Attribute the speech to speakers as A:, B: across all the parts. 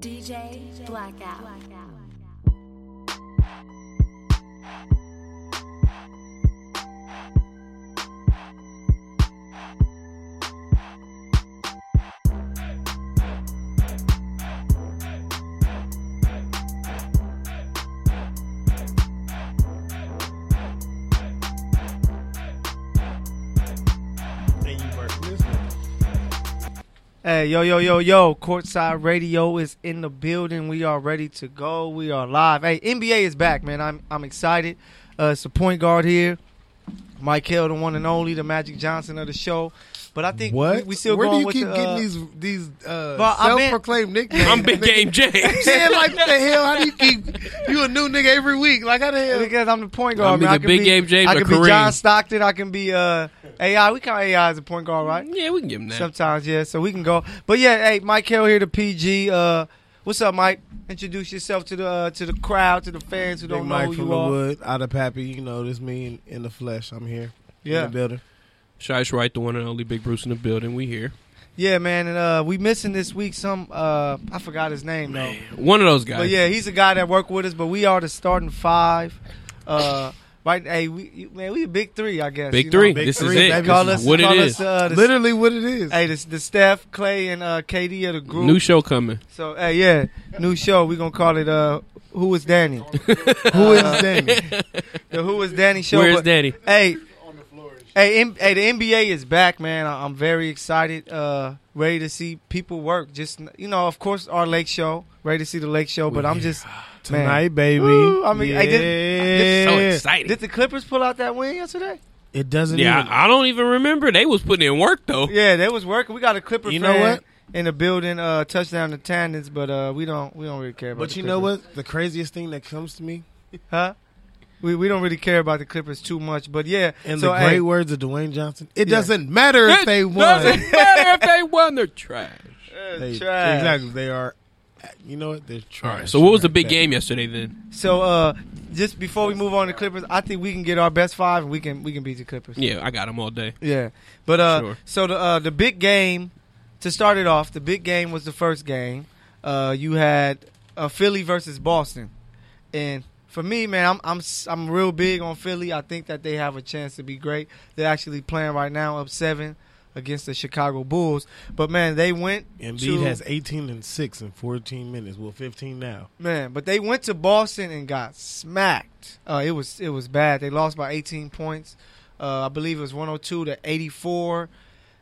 A: DJ Blackout.
B: And you weren't listening.
C: Hey, yo, yo, yo, yo. Courtside Radio is in the building. We are ready to go. We are live. Hey, NBA is back, man. I'm I'm excited. Uh, it's the point guard here. Michael, the one and only, the Magic Johnson of the show. But I think
B: What?
C: We, we still
B: Where
C: going
B: do you
C: with
B: keep
C: the,
B: getting
C: uh,
B: these these uh,
C: Well, I meant-
B: self-proclaimed nicknames?
D: I'm Big Game James.
B: Yeah, like what the hell? How do you keep you a new nigga every week? Like how the hell?
C: Because I'm the point guard,
D: I'm
C: man.
D: either
C: I can
D: Big
C: be,
D: Game James
C: I
D: or
C: can be John
D: Kareem.
C: Stockton. I can be uh, AI. We call AI as a point guard, right?
D: yeah, we can give him that.
C: Sometimes, yeah. So we can go. But yeah, hey, Mike Hill here, to PG. Uh, what's up, Mike? Introduce yourself to the uh, to the crowd, to the fans who
B: Big
C: don't know
B: Mike
C: who
B: from
C: you
B: the
C: are.
B: wood, out of Pappy. You know, this me in, in the flesh. I'm here.
C: Yeah.
B: in the building.
D: Shai's right, the one and only Big Bruce in the building. We here.
C: Yeah, man. And uh, we missing this week some. Uh, I forgot his name though.
D: One of those guys.
C: But yeah, he's a guy that worked with us. But we are the starting five. Uh, right? Hey, we you- man, we a big three, I guess.
D: Big
C: you know?
D: three.
B: big
D: this
B: three,
D: is
B: baby.
D: it.
C: Call
D: This
C: us,
D: is what it
C: call us,
D: is.
C: uh, the,
B: Literally, what it is.
C: Hey, the, the Steph, Clay, and uh, KD of the group.
D: New show coming.
C: so hey, yeah, new show. We gonna call it uh, Who Is Danny?
B: Who is Danny?
C: the Who Is Danny show.
D: Where's
C: but-
D: Daddy?
C: Hey. Hey, M- hey, the NBA is back, man. I- I'm very excited, uh, ready to see people work. Just you know, of course, our Lake Show, ready to see the Lake Show. But I'm just man.
B: Tonight, baby.
C: Woo, I mean, I did-
D: So
B: Yeah.
D: exciting.
C: Did the Clippers pull out that win yesterday?
B: it doesn't.
D: yeah,
B: even,
D: I, I don't even remember. They was putting in work though.
C: Yeah, they was working. We got a Clipper
B: You know
C: fan
B: what?
C: in the building, uh, touchdown to Tannins, but uh, we don't we don't really care about.
B: but
C: the
B: you know
C: Clippers.
B: what? The craziest thing that comes to me,
C: Huh? We we don't really care about the Clippers too much, but yeah.
B: in
C: so
B: the
C: hey,
B: great words of Dwayne Johnson, it
C: Yeah.
B: doesn't matter if they
D: It
B: won.
D: Doesn't matter if they won. They're trash.
C: uh,
B: They-
C: trash.
B: Exactly. They are. You know what? They're
D: All
B: trash.
D: right. So what was the
B: right
D: big
B: now.
D: game yesterday then?
C: So uh, just before we move on to Clippers, I think we can get our best five and we can we can beat the Clippers.
D: Yeah, I got them all day.
C: Yeah. But uh
D: Sure.
C: so the uh the big game to start it off, the big game was the first game. Uh you had uh, Philly versus Boston. And for me, man, I'm I'm s- I'm real big on Philly. I think that they have a chance to be great. They're actually playing right now up 7 against the Chicago Bulls. But man, they went
B: Embiid
C: to
B: has 18 and six in 14 minutes. Well, 15 now.
C: Man, but they went to Boston and got smacked. Uh, it was it was bad. They lost by 18 points. Uh, I believe it was 102 to 84.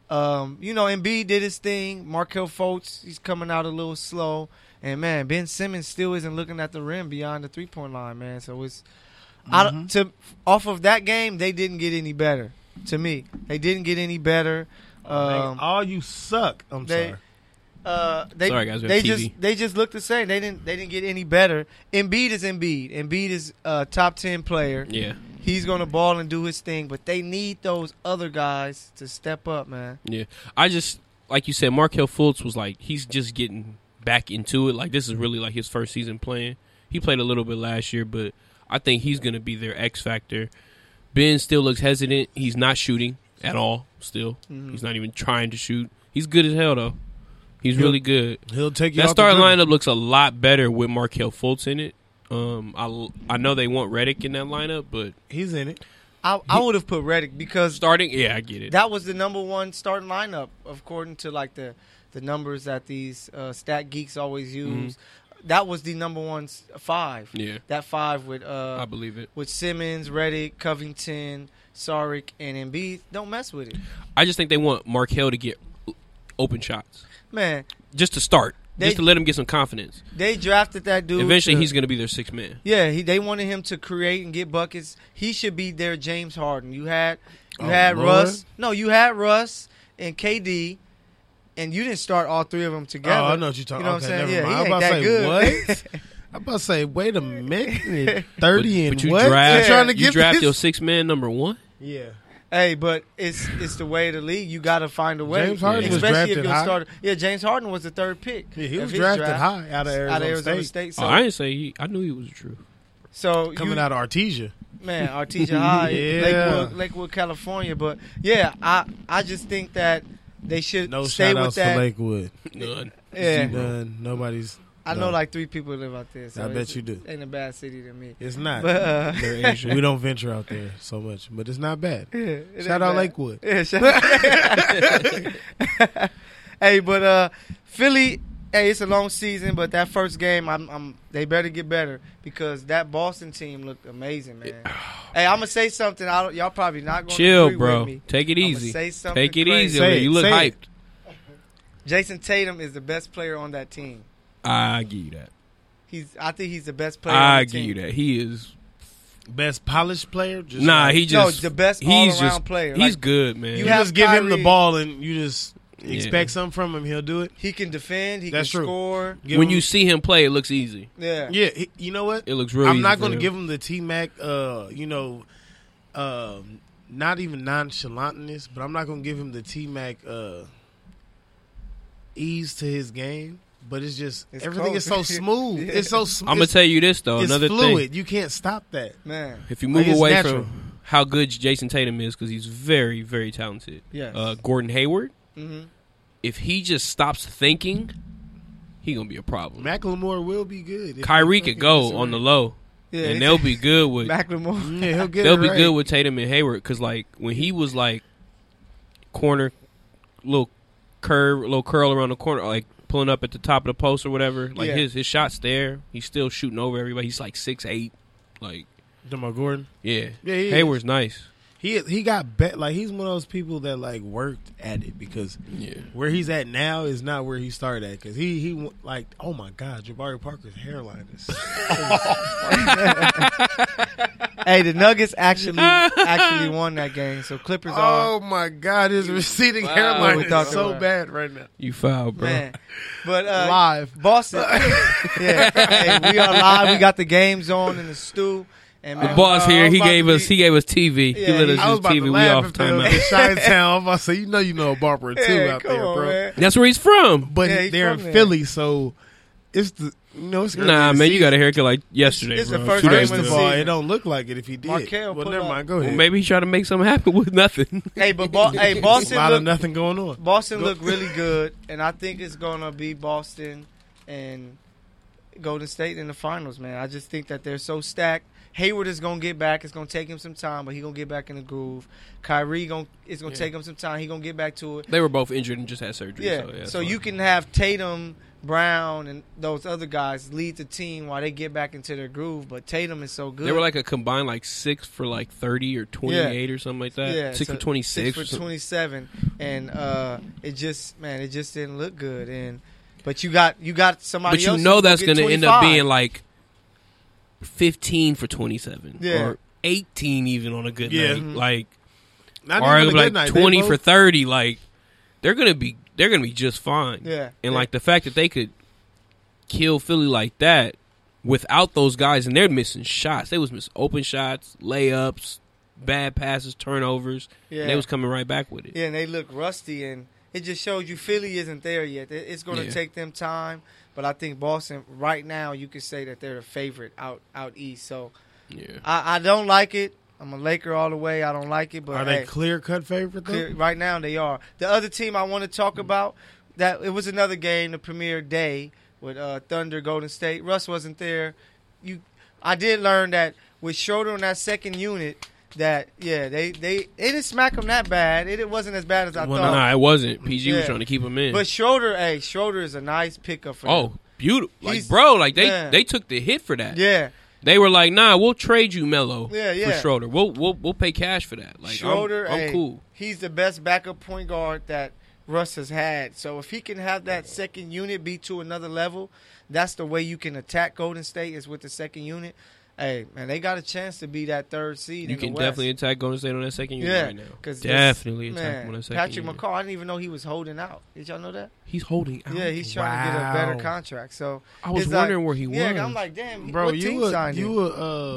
C: Um, you know, Embiid did his thing. Markel Fultz, he's coming out a little slow. And man, Ben Simmons still isn't looking at the rim beyond the three point line, man. So it's I don't to off of that game, they didn't get any better. To me, they didn't get any better.
A: Oh,
C: Um,
B: all you suck. I'm
C: they-
B: sorry.
C: uh, they
D: Sorry, guys, we have
C: they
D: TV.
C: just they just looked the same. They didn't they didn't get any better. Embiid is Embiid. Embiid is a top ten player.
D: Yeah,
C: He's gonna ball and do his thing, but they need those other guys to step up, man.
D: yeah. I just like you said, Markel Fultz was like he's just getting back into it. Like this is really like his first season playing. He played a little bit last year, but I think he's gonna be their X factor. Ben still looks hesitant. He's not shooting at all. Still,
B: Mm-hmm.
D: he's not even trying to shoot. He's good as hell though. He's
B: Yeah.
D: really good.
B: He'll take you.
D: That
B: off
D: starting
B: the dribble.
D: lineup looks a lot better with Markel Fultz in it. Um, I I know they want Reddick in that lineup, but
B: He's in it.
C: I I would have put Reddick because
D: starting, yeah, I get it.
C: that was the number one starting lineup according to like the the numbers that these uh, stat geeks always use. That was the number one s- five.
D: Mm-hmm. yeah,
C: That five with uh,
D: I believe it.
C: with Simmons, Reddick, Covington, Saric, and Embiid. Don't mess with it,
D: I just think they want Markel to get open shots
C: man.
D: just to start,
C: They-
D: just to let him get some confidence.
C: They drafted that dude.
D: Eventually,
C: to-
D: he's going to be their sixth man.
C: Yeah, he, they wanted him to create and get buckets. He should be their James Harden. You had you
B: Oh,
C: had
B: Lord.
C: Russ. No, you had Russ and KD, and you didn't start all three of them together.
B: Oh, I know what you're talking.
C: You know
B: okay,
C: what I'm saying?
B: never
C: Yeah,
B: mind. I'm
C: he ain't
B: about to
C: that
B: say
C: good.
B: what? I'm about to say, wait a minute, thirty
D: but,
B: and
D: but you
B: what?
D: draft,
B: You trying to
D: you
B: get
D: draft
B: this?
D: your sixth man number one.
B: yeah.
C: Hey, but it's it's the way of the league. You got to find a way.
B: James Harden
D: was
C: Especially if
B: drafted
C: you're
B: high.
C: starter. Yeah, James Harden was the third pick.
B: Yeah, he
C: of
B: was
C: his
B: drafted
C: draft
B: high out of Arizona,
C: out of Arizona
B: State,
C: State. so
D: oh, I didn't say he. I knew he was true.
C: so you-
B: coming out of Artesia.
C: man, Artesia High,
B: Yeah.
C: Lakewood, Lakewood, California. But yeah, I I just think that they should
B: No
C: stay
B: shout
C: with
B: outs
C: that.
B: to Lakewood.
D: None.
C: Yeah.
B: None. Nobody's
C: I
A: No.
C: know like three people live out there. So
A: I bet
C: it's-
A: you do.
C: Ain't a bad city to me.
A: It's not.
C: But uh,
D: They're Asian.
A: we don't venture out there so much, but it's not bad.
C: yeah, it ain't
A: Shout out
C: bad.
A: Lakewood.
C: Yeah, shout out. hey, but uh, Philly. Hey, it's a long season, but that first game, I'm, I'm they better get better because that Boston team looked amazing, man. hey, I'm gonna say something. I don't, y'all probably not gonna
D: Chill,
C: agree
D: bro.
C: With me.
D: Take it
C: I'ma
D: easy.
C: say something
D: Take it
C: crazy.
D: easy.
A: Say
D: over there.
A: it,
D: you look
A: say
D: hyped.
A: it.
C: Jason Tatum is the best player on that team.
D: I give you that.
C: He's, I think he's the best player. on
D: I
C: the
D: give
C: team.
D: you that. He is.
A: Best polished player. Just
D: Nah,
A: like-
D: he just.
C: no, the best all-around
D: he's just.
C: player.
D: He's
C: Like,
D: good, man.
C: you
A: You
C: have
A: just give him the
C: Kyrie.
A: ball and you just
D: Yeah.
A: expect something from him. He'll do it.
C: he can defend. He
A: That's
C: can
A: true.
C: score.
A: Give
D: when
A: him-
D: you see him play, it looks easy.
C: Yeah.
A: yeah, he, you know what?
D: It looks real.
A: I'm not going to give him the T Mac, uh, you know, uh, not even nonchalantness, but I'm not going to give him the T Mac uh, ease to his game. But it's just
C: It's
A: everything is so
C: cold.
A: smooth.
C: Yeah.
A: It's so smooth.
D: I'm gonna tell you this though.
A: it's
D: Another
A: fluid.
D: thing,
A: You can't stop that.
C: man.
D: if you
A: Like,
D: move
A: it's
D: away
A: natural.
D: from how good Jason Tatum is, because he's very, very talented.
C: Yes.
D: Uh, Gordon Hayward,
C: hmm
D: if he just stops thinking, he gonna be a problem.
A: Macklemore will be good. if
D: Kyrie
A: he
D: could
A: fucking
D: go
A: gets it
D: on the
A: right.
D: low,
C: Yeah.
D: and
C: he-
D: they'll be good with
C: Macklemore.
A: Yeah, he'll get
D: they'll
A: it
D: be
A: right.
D: good with Tatum and Hayward because like when he was like corner, little curve, little curl around the corner, like pulling up at the top of the post or whatever. Like
C: Yeah.
D: his his shots there, he's still shooting over everybody. He's like six eight, like
A: Demar Gordon.
D: yeah.
A: Yeah, he is.
D: Hayward's nice.
A: He he got bet like he's one of those people that like worked at it because
D: Yeah.
A: where he's at now is not where he started at because he he wa- like oh my god Jabari Parker's hairline is
C: hey, the Nuggets actually actually won that game. So Clippers are
A: oh my god his receding
D: Wow.
A: hairline
C: We
A: is
C: talking
A: so
C: about-
A: bad right now
D: You foul, bro.
C: man. But uh,
A: live
C: Boston. yeah. Hey, we are live. We got the games on in the stew. And
D: The
C: man,
D: boss
A: Uh,
D: here,
A: I'm
D: he
A: about
D: gave
A: to
D: us
A: be-
D: he gave us TV. he
C: Yeah,
D: let us
A: I was
D: use
A: about
D: TV.
A: to
D: We
A: laugh
D: off
A: if they was in
D: timeout.
A: Chi-Town. I'm about to say you know you know a Barbara too
C: Yeah,
A: out
C: come
A: there
C: on,
A: bro
C: man.
D: That's where he's from.
A: but
C: Yeah, he
A: they're in
C: from there.
A: Philly so it's the you know it's early
D: Nah,
A: in the
D: man, you got
A: season.
D: a haircut like yesterday,
C: It's the
D: bro.
C: first
D: Two
C: game
D: days
C: of the
D: ago.
A: First of all,
C: season.
A: it don't look like it if he did.
C: Markel
A: well,
C: put
A: never
C: up-
A: mind. Go
D: Well,
A: ahead.
D: maybe he's trying to make something happen with nothing.
C: Hey, but Bo- hey, Boston
A: a lot of
C: look,
A: nothing going on.
C: Boston
A: Go-
C: looked really good, and I think it's gonna be Boston and Golden State in the finals, man. I just think that they're so stacked. Hayward is gonna get back. It's gonna take him some time, but he gonna get back in the groove. Kyrie gonna it's gonna
D: Yeah.
C: take him some time. He gonna get back to it.
D: They were both injured and just had surgery.
C: Yeah.
D: So,
C: So,
D: yeah,
C: you can have Tatum, Brown, and those other guys lead the team while they get back into their groove. But Tatum is so good.
D: They were like a combined like six for like thirty or twenty eight or something like that. six
C: so
D: for twenty six.
C: six for twenty seven, and uh, it just man, it just didn't look good. And but you got you got somebody.
D: But you
C: else
D: know
C: who
D: that's
C: get
D: going to end up
C: 25.
D: being like fifteen for twenty seven.
C: Yeah.
D: Or eighteen even on a good
A: Yeah.
D: night.
C: Mhm.
D: Like
A: Not
D: or
A: even a good
D: like
A: night. They
D: twenty for
A: both-
D: thirty. Like they're gonna be they're gonna be just fine.
C: Yeah.
D: And like the fact that they could kill Philly like that without those guys, and they're missing shots. They was missing open shots, layups, bad passes, turnovers.
C: yeah,
D: And they was coming right back with it.
C: yeah, and they look rusty, and it just shows you Philly isn't there yet. It- It's going to
D: Yeah.
C: take them time. But I think Boston right now, you could say that they're the favorite out out east. So
D: yeah.
C: I, I don't like it. I'm a Laker all the way. I don't like it, but
A: Are they
C: hey.
A: clear cut favorite though?
C: Clear- right now they are. The other team I want to talk about that it was another game, the premier day with uh, Thunder Golden State. Russ wasn't there. You, I did learn that with Schroeder on that second unit. That yeah, they they they didn't smack him that bad. It, it wasn't as bad as I
A: Well,
C: thought.
D: Nah, it wasn't. PG was
C: Yeah.
D: trying to keep him in.
C: But Schroeder, hey, Schroeder is a nice pickup for
D: oh,
C: them.
D: beautiful. Like
C: He's-
D: bro, like they
C: Yeah.
D: they took the hit for that.
C: yeah,
D: They were like, "Nah, we'll trade you Melo
C: Yeah,
D: for
C: yeah.
D: Schroeder. We'll we'll we'll pay cash for that." Like I'm-
C: Schroeder,
D: I'm,
C: hey,
D: cool.
C: He's the best backup point guard that Russ has had. So if he can have that second unit be to another level, that's the way you can attack Golden State is with the second unit. Hey man, they got a chance to be that third seed. in
D: You
C: the
D: can
C: West.
D: definitely attack Golden State on that second unit
C: Yeah,
D: right now.
C: 'cause this-
D: Definitely attack him on
C: Man,
D: that second
C: Patrick
D: unit.
C: McCall, I didn't even know he was holding out. Did y'all know that?
D: He's holding out.
C: yeah, he's trying to get a better
A: Wow.
C: contract. So
D: I was
C: it's like-
D: wondering where he
C: yeah,
D: was.
C: I'm like, damn,
A: bro,
C: what team
A: you a,
C: signed him?
A: you a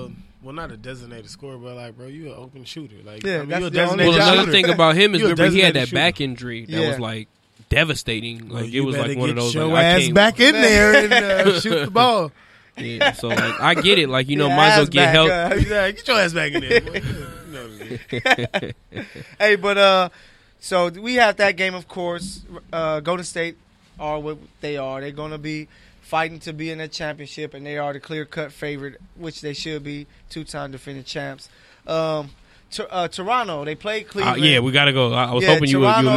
A: uh, well not a designated scorer, but like bro, you an open shooter. Like
C: Yeah,
A: I mean,
C: that's
A: you a
C: the only
A: designated
D: well,
C: Hey,
D: another
A: shooter.
D: thing about him is
A: You're a
D: remember he had that
A: designated
D: back injury that was
C: Yeah.
D: like devastating. Like
A: Well,
D: it
A: you
D: was
A: better
D: like one of
A: get
D: those
A: your
D: like I
A: ass
D: can't-
A: back in
C: Man.
A: there and uh, shoot the ball.
D: Yeah, so like I get it. Like you know,
C: Yeah,
D: might as well
C: ass
D: get
C: back,
D: help.
C: uh,
A: Yeah, get your ass back in there. boy. You know what it is.
C: hey, but uh, so we have that game, of course. Uh, Golden State are what they are. They're gonna be fighting to be in that championship, and they are the clear cut favorite, which they should be, two time defending champs. Um, Tor- uh, Toronto, they played
D: Uh,
C: Cleveland.
D: yeah, we gotta go. I, I was
C: Yeah,
D: hoping you would, you would
C: Toronto,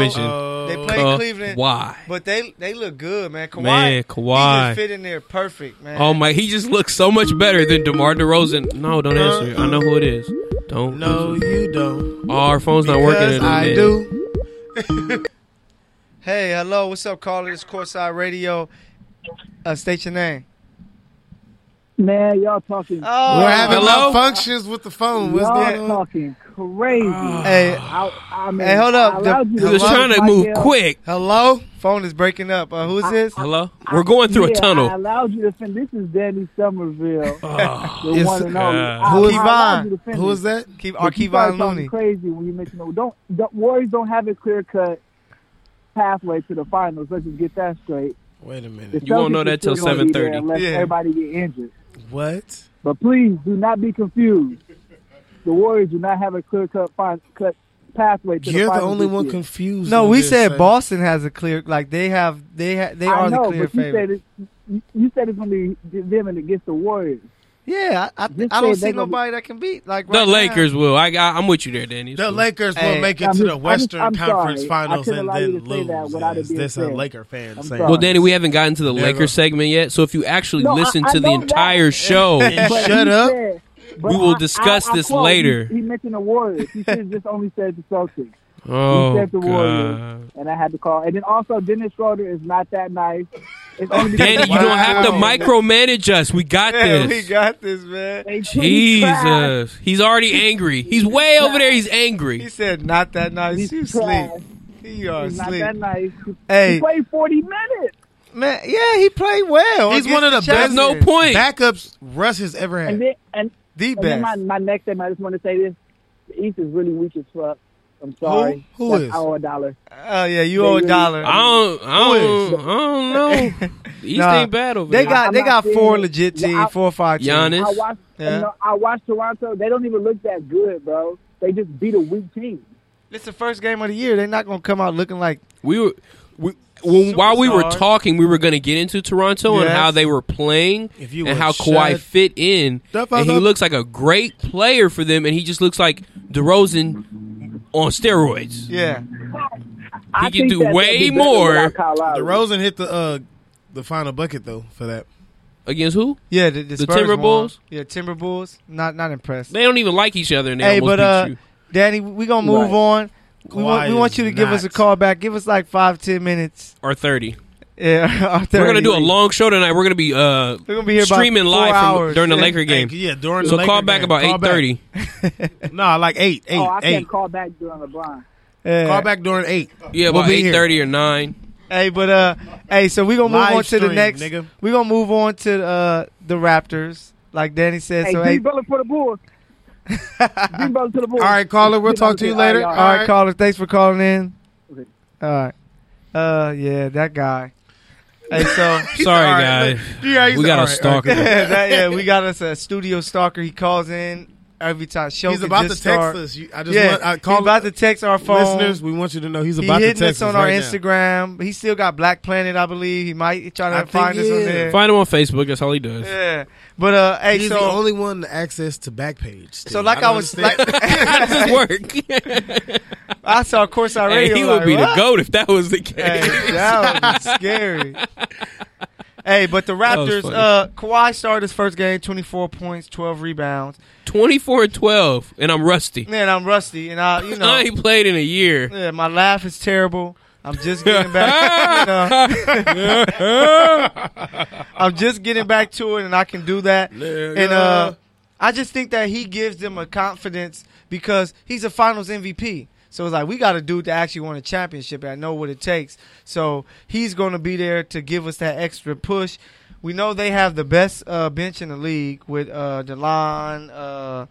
C: they
D: mention.
A: Uh,
C: played
D: Ka-
C: Cleveland.
D: Why?
C: But they they look good, man. Kawhi,
D: Man, Kawhi.
C: he just fit in there perfect, man.
D: Oh my, he just looks so much better than DeMar DeRozan. No, don't answer. I know who it is. Don't.
A: no,
D: answer.
A: you don't.
D: Oh, our phone's not working.
A: Because
D: today.
A: I do.
C: Hey, hello, what's up, caller? It's Courtside Radio. Uh, state your name.
E: Man, y'all talking.
C: Oh,
A: We're having
D: Hello?
A: malfunctions with the phone. What's
E: y'all
A: that? on?
E: talking crazy.
C: hey,
E: I, I mean,
C: Hey, hold up.
E: I allowed
C: The-
E: you
D: He was
E: love
D: Ah. trying to move
E: Michael.
D: quick.
C: hello. Phone is breaking up. Uh, who is this?
D: Hello. We're going through
E: yeah,
D: a
E: I
D: tunnel.
E: allowed you to fin This is Danny Somerville,
D: Oh,
E: the
C: Yes,
E: one and only.
D: uh,
E: I-
C: who
E: I
C: is-
E: allowed you to finish.
A: Who is that?
C: Keep
E: But you started
C: Arkivon
E: talking
C: Looney.
E: Crazy when you mentioned no. Don't the Warriors don't have a clear cut pathway to the finals. Let's just get that straight.
A: Wait a
E: The
A: minute.
D: You won't
E: Celtics
D: know that
E: are
D: till
E: still gonna be there
D: 7:30.
E: Unless
C: Yeah.
E: everybody get injured.
A: What?
E: But please do not be confused. The Warriors do not have a clear cut fin- cut pathway to
A: You're
E: the
A: the
E: finals.
A: only
E: this
A: one
E: year.
A: confused.
C: No,
A: on
C: we
A: this,
C: said
A: son.
C: Boston has a clear. Like they have, they ha- they
E: I
C: are
E: know,
C: the clear
E: but you
C: favorite.
E: said it. You, you said it's gonna be them and against the Warriors.
C: Yeah, I I,
E: You
C: I don't
E: said they
C: see
E: gonna be-
C: nobody that can beat like
D: the
C: right now.
D: Lakers will. I, I I'm with you there, Danny. It's
A: The
D: cool.
A: Lakers
C: Hey,
A: will make it
E: I'm
A: to
E: just-
A: the
E: I'm just-
A: Western
E: I'm
A: Conference
E: sorry. I
A: Finals
E: couldn't
A: and
E: allow you
A: then
E: to say
A: lose.
E: that without it
A: Yes,
E: being
A: That's a
E: said.
A: Laker fan
E: I'm
A: saying.
E: sorry.
D: Well, Danny, we haven't gotten to the
A: Never.
D: Lakers segment yet. So if you actually
E: No, I-
D: listen
E: I
D: to the
E: know that.
D: entire show,
A: And
E: But
A: shut
E: he
A: up.
E: said- but
D: We will
E: I-
D: discuss
E: I- I
D: this
E: quote,
D: later.
E: He, he mentioned the Warriors. He should have just only said the Celtics,
D: oh
E: said the Warriors.
D: god,
E: and I had to call. And then also, Dennis Schroeder is not that nice. It's only because
D: Danny, you don't have to
A: Wow.
D: micromanage us. We got
C: Yeah,
D: this.
C: we got this, man.
E: They treat trash.
D: Jesus, he's already angry. He's way over there. He's
C: He
D: angry.
C: said, "Not that nice."
E: He's
C: You
E: trash.
C: sleep. You are
E: He's not that
C: asleep.
E: nice.
C: Hey.
E: He played 40 minutes.
C: Man, yeah, he played well.
A: He's
C: against
A: one of the
D: There's
A: best-
D: no
C: Jazz.
D: point.
A: Backups Russ has ever
E: And
A: had.
E: then, and,
C: The
E: and then my,
C: best.
E: my next thing, I just want to say this. The East is really weak as fuck. I'm sorry.
A: Who? Who
E: That's
A: is?
E: our dollar.
C: Oh yeah, you owe a
E: They-
C: dollar.
D: I don't. I
A: Who
D: don't. I don't know. East
C: Nah,
D: ain't bad over
C: They
D: there.
C: got
E: I'm
C: they
E: not
C: got
E: saying
C: four
E: it.
C: legit
E: Yeah,
C: teams,
E: I-
C: four or five teams.
D: Giannis.
E: I watched,
C: Yeah.
E: you know, I watched Toronto. They don't even look that good, bro. They just beat a weak team.
C: It's the first game of the year. They're not gonna come out looking like
D: we were. We, when, while we were
C: Superstars.
D: talking, we were going to get into Toronto and
C: Yes.
D: how they were playing
A: If you
D: and
A: would
D: how
A: shut
D: Kawhi fit in.
A: the fuck
D: And he
A: up.
D: looks like a great player for them, and he just looks like DeRozan on steroids.
C: yeah.
E: I
D: can
E: think
D: do
E: that they'll
D: way
E: be better without
D: more.
E: Kyle Lowry.
A: DeRozan hit the uh, the final bucket though for that.
D: Against who?
C: Yeah, the, the,
D: The
C: Spurs won.
D: Timberwolves?
C: Yeah, Timberwolves. Not not impressed.
D: They don't even like each other, and they
C: Hey,
D: almost
C: but uh,
D: beat you.
C: Danny, we gonna move
E: Right.
C: on. We want, we
A: Kawhi
C: want you to
A: is
C: give us a
A: not.
C: call back. Give us like five ten minutes.
D: Or thirty.
C: Yeah, or
D: We're gonna
C: 30.
D: do a long show tonight. We're gonna be uh
C: We're gonna be here about
D: streaming
C: four
D: live from-
C: hours.
D: during the
C: Yeah.
D: Laker game.
A: Hey, yeah, during
D: so
A: the
D: call
A: Laker
D: back
A: game.
D: about
A: Call
D: eight
A: back.
D: thirty.
A: No, like eight, eight,
E: Oh, I
A: eight.
E: can't call back during LeBron.
C: Yeah.
A: Call back during eight.
D: Yeah,
A: We'll
D: about
A: be here.
D: eight thirty or nine.
C: Hey, but uh, hey, so we gonna move
A: Live
C: on to the
A: stream,
C: next.
A: nigga.
C: We gonna move on to uh the Raptors, like Danny said.
E: Hey,
C: so
E: Jimmy
C: hey,
E: Butler for the Bulls. Jimmy Butler to the Bulls.
A: All right, caller, we'll talk to you later.
E: All
C: all right,
A: right.
C: caller, thanks for calling in.
E: Okay.
C: All right, uh, yeah, that guy. Hey, so
D: Sorry,
A: All right,
D: guys.
A: look, yeah, he's-
D: We got
A: all
D: a
A: right,
D: stalker.
A: okay.
C: that, yeah, we got us a studio stalker. He calls in every time. Show
A: He's
C: could
A: about to
C: just
A: text
C: start-
A: us. You- I just
C: yeah,
A: want I
C: he
A: call
C: about to text our phone.
A: listeners. We want you to know he's
C: he
A: about to
C: hitting us
A: text
C: on
A: us
C: our
A: right now.
C: Instagram. He still got Black Planet, I believe. He might try to
A: I think
C: find us on
A: yeah.
C: there.
D: Find him on Facebook. That's all he does.
C: Yeah, but uh, hey,
A: He's
C: so
A: the only one to access to Backpage.
C: So
A: dude.
C: like I,
A: don't
C: was like,
A: understand.
D: How does this work?
C: I saw Course I
D: hey,
C: Radio.
D: he
C: like,
D: would be
C: what?
D: the goat if that was the case.
C: Hey, that was scary. hey, but the
D: That was
C: Raptors.
D: funny.
C: Uh, Kawhi started his first game, twenty four points, twelve rebounds.
D: Twenty four and twelve, and I'm rusty.
C: Man, I'm rusty, and I, you know,
D: I ain't played in a year.
C: yeah, my laugh is terrible. I'm just getting back. you know. I'm just getting back to it, and I can do that. And uh, I just think that he gives them a confidence because he's a Finals MVP. So it's like we got a dude that actually won a championship. And I know what it takes. So he's going to be there to give us that extra push. We know they have the best uh, bench in the league with uh, Delon, uh,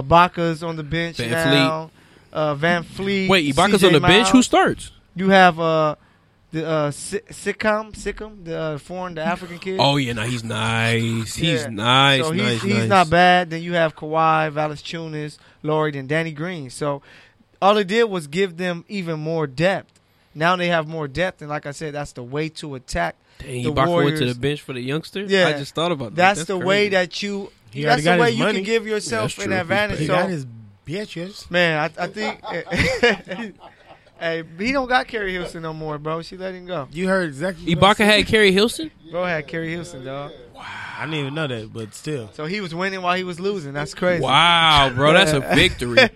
C: Ibaka's on the bench
D: Van
C: now. Uh, Van Fleet.
D: Wait, Ibaka's on the bench. Who starts?
C: you have? Uh, the uh, Si- Sikkim, Sikkim, the uh, foreign, the African kid.
D: Oh yeah, no, he's nice. He's
C: Yeah.
D: nice.
C: So he's,
D: nice,
C: he's
D: nice.
C: not bad. Then you have Kawhi, Valanciunas, Laurie, and Danny Green. So all it did was give them even more depth. Now they have more depth, and like I said, that's the way to attack
D: Dang,
C: The
D: you brought forward to
C: Warriors-
D: the bench for the youngster.
C: Yeah.
D: I just thought about that.
C: That's, the way
D: crazy.
C: that you.
A: He
C: that's
A: already got
C: the way
A: his
C: you
A: money.
C: can give yourself
D: That's
C: an
D: true. He
C: advantage.
D: paid.
A: He
C: So
A: got his bitches.
C: man, I, I think. hey, he don't got Carrie Houston no more, bro. She let him go.
A: You heard exactly. what I
D: Ibaka
A: said.
D: had Kerry Hilson.
C: Bro had Carrie Houston, dog.
A: I didn't even know that, but still,
C: So he was winning while he was losing. That's crazy.
D: Wow, bro, that's a victory.
A: that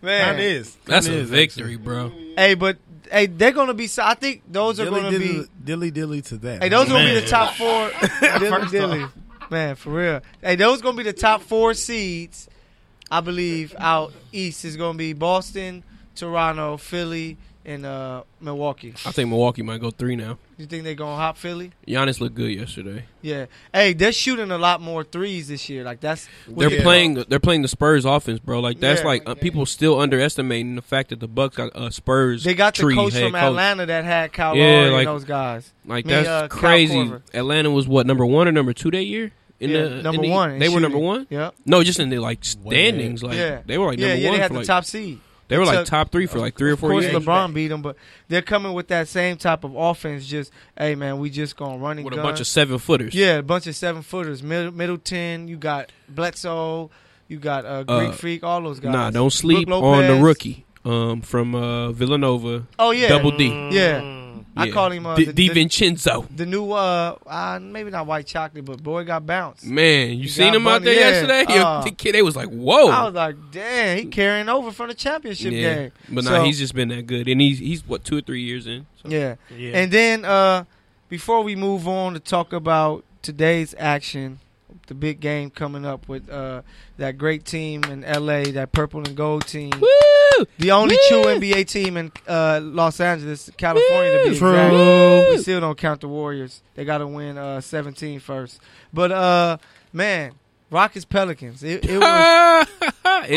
C: man.
A: is
D: That's
A: That
D: a
A: is,
D: victory, bro.
C: Hey, but hey, they're gonna be. So I think those are
A: actually. Dilly
C: gonna be.
A: dilly, dilly dilly to that.
C: Hey, those are gonna be
A: Man.
C: the top four. dilly dilly, man, for real. Hey, those gonna be the top four seeds. I believe out east is gonna be Boston, Toronto, Philly, and uh, Milwaukee.
D: I think Milwaukee might go three now.
C: You think they're gonna hop Philly?
D: Giannis looked good yesterday.
C: Yeah. Hey, they're shooting a lot more threes this year. Like that's
D: They're
A: Yeah.
D: playing. They're playing the Spurs offense, bro. Like that's
C: Yeah.
D: like uh, people still underestimating the fact that the Bucks got uh, Spurs.
C: they got the
D: tree
C: coach
D: head
C: from Atlanta that had Kyle
D: Yeah,
C: Lowry
D: like-
C: and those guys.
D: Like
C: Me,
D: that's
C: uh, Kyle
D: crazy.
C: Korver.
D: Atlanta was what number one or number two that year in
C: yeah,
D: the in
C: number
D: the-
C: one. in
D: They were
C: shooting.
D: number one.
C: Yep.
D: No, just in the like
A: Way
D: standings. Like
C: yeah.
D: they were like
C: yeah,
D: number
C: yeah,
D: one.
C: they had
D: for,
C: the
D: like,
C: top seed.
D: they were like
C: took-
D: top three for like three or
C: Of
D: four
C: course,
D: years.
C: LeBron beat them, but they're coming with that same type of offense. Just hey, man, we just gonna run and
D: with a
C: gun.
D: bunch of seven footers.
C: yeah, a bunch of seven footers. Mid- Middleton, you got Bledsoe, you got uh, Greek
D: Uh,
C: Freak, all those guys.
D: Nah, don't sleep
C: Brook
D: on the
C: Lopez.
D: rookie um, from uh, Villanova.
C: Oh yeah,
D: Double D.
C: Yeah. I
D: Yeah.
C: call him uh,
D: D-
C: the,
D: D-
C: the,
D: Vincenzo.
C: the new uh, uh, maybe not white chocolate, but boy got bounced.
D: Man, you
C: You
D: seen
C: got
D: him out
C: money,
D: there
C: yeah.
D: yesterday?
C: Uh,
D: the kid, they was like, "Whoa!"
C: I was like, damn, he carrying over from the championship
D: yeah.
C: game.
D: But
C: so,
D: nah, he's just been that good, and he's he's what two or three years in. So.
C: yeah.
A: Yeah.
C: And then uh, before we move on to talk about today's action, the big game coming up with uh, that great team in LA, that purple and gold team,
D: Woo!
C: the only true
D: Woo!
C: NBA team in uh, Los Angeles, California to be
A: True.
C: exact.
D: Woo!
C: We still don't count the Warriors. They got to win uh, 17 first. But uh, man, Rockets Pelicans. It, it was
A: Oh my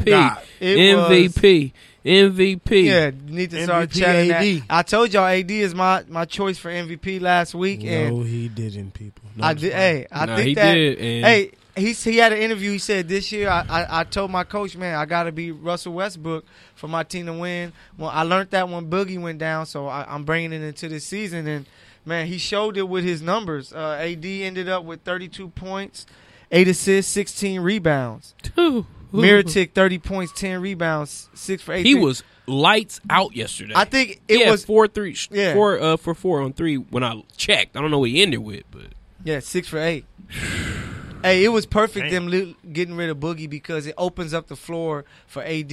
D: MVP,
A: God.
C: it Was,
D: MVP, MVP.
C: yeah, need to start
A: MVP
C: chatting that.
A: AD.
C: I told y'all AD is my, my choice for MVP last week, and
A: No, he didn't, people. No,
C: I
A: I'm
C: did.
A: just
C: Hey, I
D: Nah,
C: think
D: he
C: that.
D: did. And
C: Hey, he he had an interview. He said this year, I, I I told my coach, man, I got to be Russell Westbrook for my team to win. Well, I learned that when Boogie went down, so I, I'm bringing it into this season. And man, he showed it with his numbers. Uh, AD ended up with 32 points, eight assists, 16 rebounds.
D: Whew.
C: Miritic 30 points, 10 rebounds, six for eight.
D: he
C: three-
D: was lights out yesterday.
C: I think
D: He
C: it
D: had
C: was
D: four three, sh-
C: Yeah.
D: four uh, for four on three when I checked. I don't know what he ended with, but
C: Yeah, six for eight. hey, it was perfect
A: Damn.
C: them li- getting rid of Boogie because it opens up the floor for AD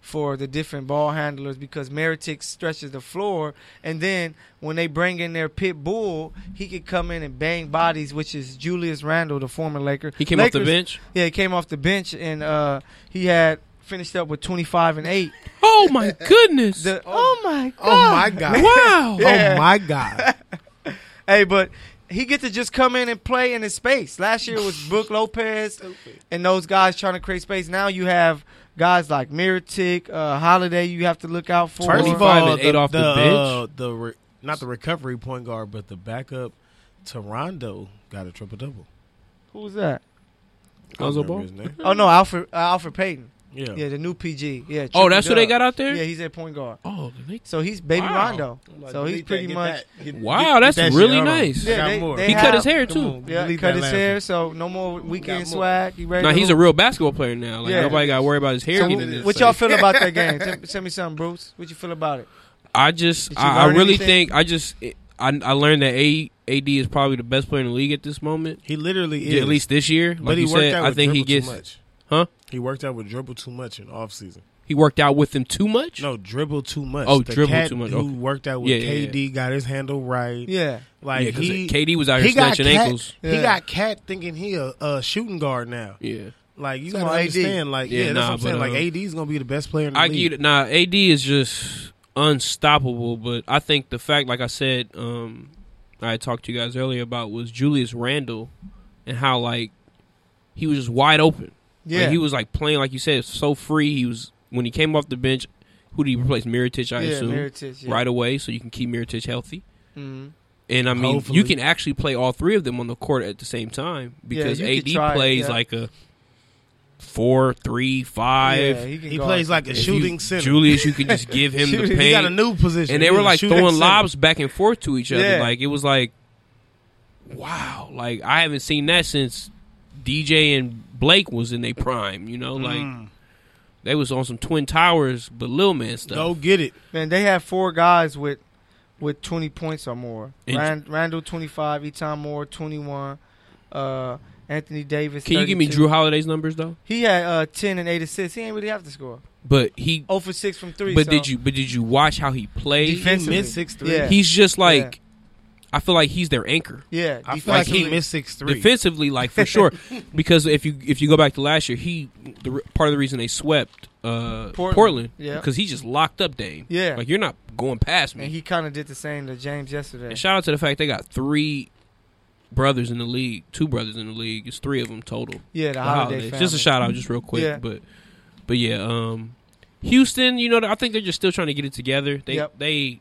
C: for the different ball handlers because Meritic stretches the floor, and then when they bring in their pit bull, he could come in and bang bodies, which is Julius Randle, the former Laker.
D: he came off the
C: Lakers-
D: bench.
C: Yeah, he came off the bench, and uh, he had finished up with twenty five and eight.
D: Oh my goodness!
C: The, oh my god!
A: Oh my god!
D: wow!
C: Yeah.
A: Oh my god!
C: Hey, but he get to just come in and play in his space. Last year it was Brooke Lopez and those guys trying to create space. Now you have guys like Miritic, uh, Holiday. You have to look out for.
A: First of
D: 25
A: all,
D: and eight off the bench?
A: uh, the re- not the recovery point guard, but the backup, Toronto got a triple double.
C: who's that?
D: Lonzo Ball?
C: Oh no, Alfred uh, Alfred Payton.
A: Yeah.
C: Yeah, the new PG. Yeah.
D: Oh,
C: triple
D: that's what they got
C: dub.
D: out there.
C: Yeah, he's at point guard.
D: Oh, they,
C: So he's baby
D: Wow.
C: Rondo. So he's pretty much.
D: wow! That's
A: that shit
D: really
A: out.
D: nice.
C: Yeah,
A: got
C: they-
A: more.
C: they
D: He
C: have-
D: cut his hair too.
C: Yeah, he
A: Leave
C: cut
A: that
C: his
A: last
C: hair,
A: one.
C: so no more weekend
A: more.
C: swag. He ready.
D: Nah,
C: to
D: he's a
C: hoop.
D: real basketball player now. Like
C: Yeah.
D: nobody got to worry about his hair.
C: So,
D: getting in his
C: what
D: face.
C: y'all feel about that game? Tell, tell me something, Bruce. What you feel about it?
D: I just,
C: Did you
D: I, I
C: learn
D: really
C: anything?
D: think, I just, I, I learned that A, AD is probably the best player in the league at this moment.
A: He literally is.
D: Yeah, at least this year. Like
A: but he
D: you
A: worked
D: said,
A: out.
D: I
A: With
D: think he
A: dribble
D: gets
A: too much.
D: Huh?
A: He worked out with dribble too much in offseason.
D: he worked out with him too much.
A: No, dribble too much.
D: Oh,
A: the
D: dribble
A: cat
D: too much.
A: Who
D: Okay.
A: worked out with
D: Yeah, yeah,
A: KD got his handle right.
C: Yeah.
A: Like
D: yeah, because
A: he,
D: KD was out here
A: he got
D: snatching
A: cat,
D: ankles.
C: Yeah.
A: He got cat thinking he a, a shooting guard now.
D: Yeah,
A: Like you
C: Talking about
A: gotta
C: AD.
A: understand. Like
D: Yeah,
A: yeah, that's
D: nah,
A: what I'm
D: but,
A: saying.
D: uh,
A: like AD's gonna be the best player in the
D: I
A: league.
D: get it. Nah, AD is just unstoppable. But I think the fact, like I said, um, I had talked to you guys earlier about was Julius Randle and how like he was just wide open. Like,
C: Yeah.
D: he was like playing, like you said, so free. He was when he came off the bench. Who do you replace? Miritich, I
C: yeah,
D: assume,
C: Meritage, yeah.
D: right away, so you can keep Miritich healthy.
C: Mhm.
D: And I mean,
A: Hopefully.
D: you can actually play all three of them on the court at the same time because
C: you could
D: AD
C: try it,
D: plays
C: yeah.
D: like a four, three, five.
C: Yeah, he, can
A: He
C: guard.
A: plays like a
D: If
A: shooting
D: you,
A: center.
D: Julius, you can just give him the
C: Shooting-
D: paint.
A: he got a new position.
D: and they
A: He's
D: were
A: a
D: like
A: shooting
D: throwing
A: center.
D: lobs back and forth to each other.
C: Yeah.
D: Like it was like wow, like I haven't seen that since DJ and Blake was in their prime. You know, like they was on some Twin Towers, but Lil Man stuff.
A: Go get it.
C: Man, they had four guys with with twenty points or more.
D: Int-
C: Rand, Randall twenty five, Eton Moore twenty one, uh, Anthony Davis.
D: Can you give me
C: 32.
D: Drew Holiday's numbers though?
C: He had uh, ten and eight assists. He ain't really have to score.
D: But he,
C: Oh for six from three.
D: but
C: so-
D: did you, but did you watch how he played?
C: Defensively.
A: He missed six three.
C: Yeah.
D: He's just like, I feel like he's their anchor.
C: Yeah,
A: I feel like he
C: defensively.
A: missed six three.
D: defensively, like for sure, because if you if you go back to last year, he the re- part of the reason they swept uh,
C: Portland.
D: Portland,
C: Yeah.
D: because he just locked up Dame.
C: Yeah.
D: like you're not going past me.
C: And he kind of did the same to James yesterday.
D: And shout out to the fact they got three brothers in the league, two brothers in the league. It's three of them total.
C: Yeah, the
D: The
C: holiday.
D: holidays.
C: family.
D: Just a shout out, just real quick.
C: Yeah.
D: But but yeah, um, Houston. You know, I think they're just still trying to get it together. They
C: Yep.
D: they.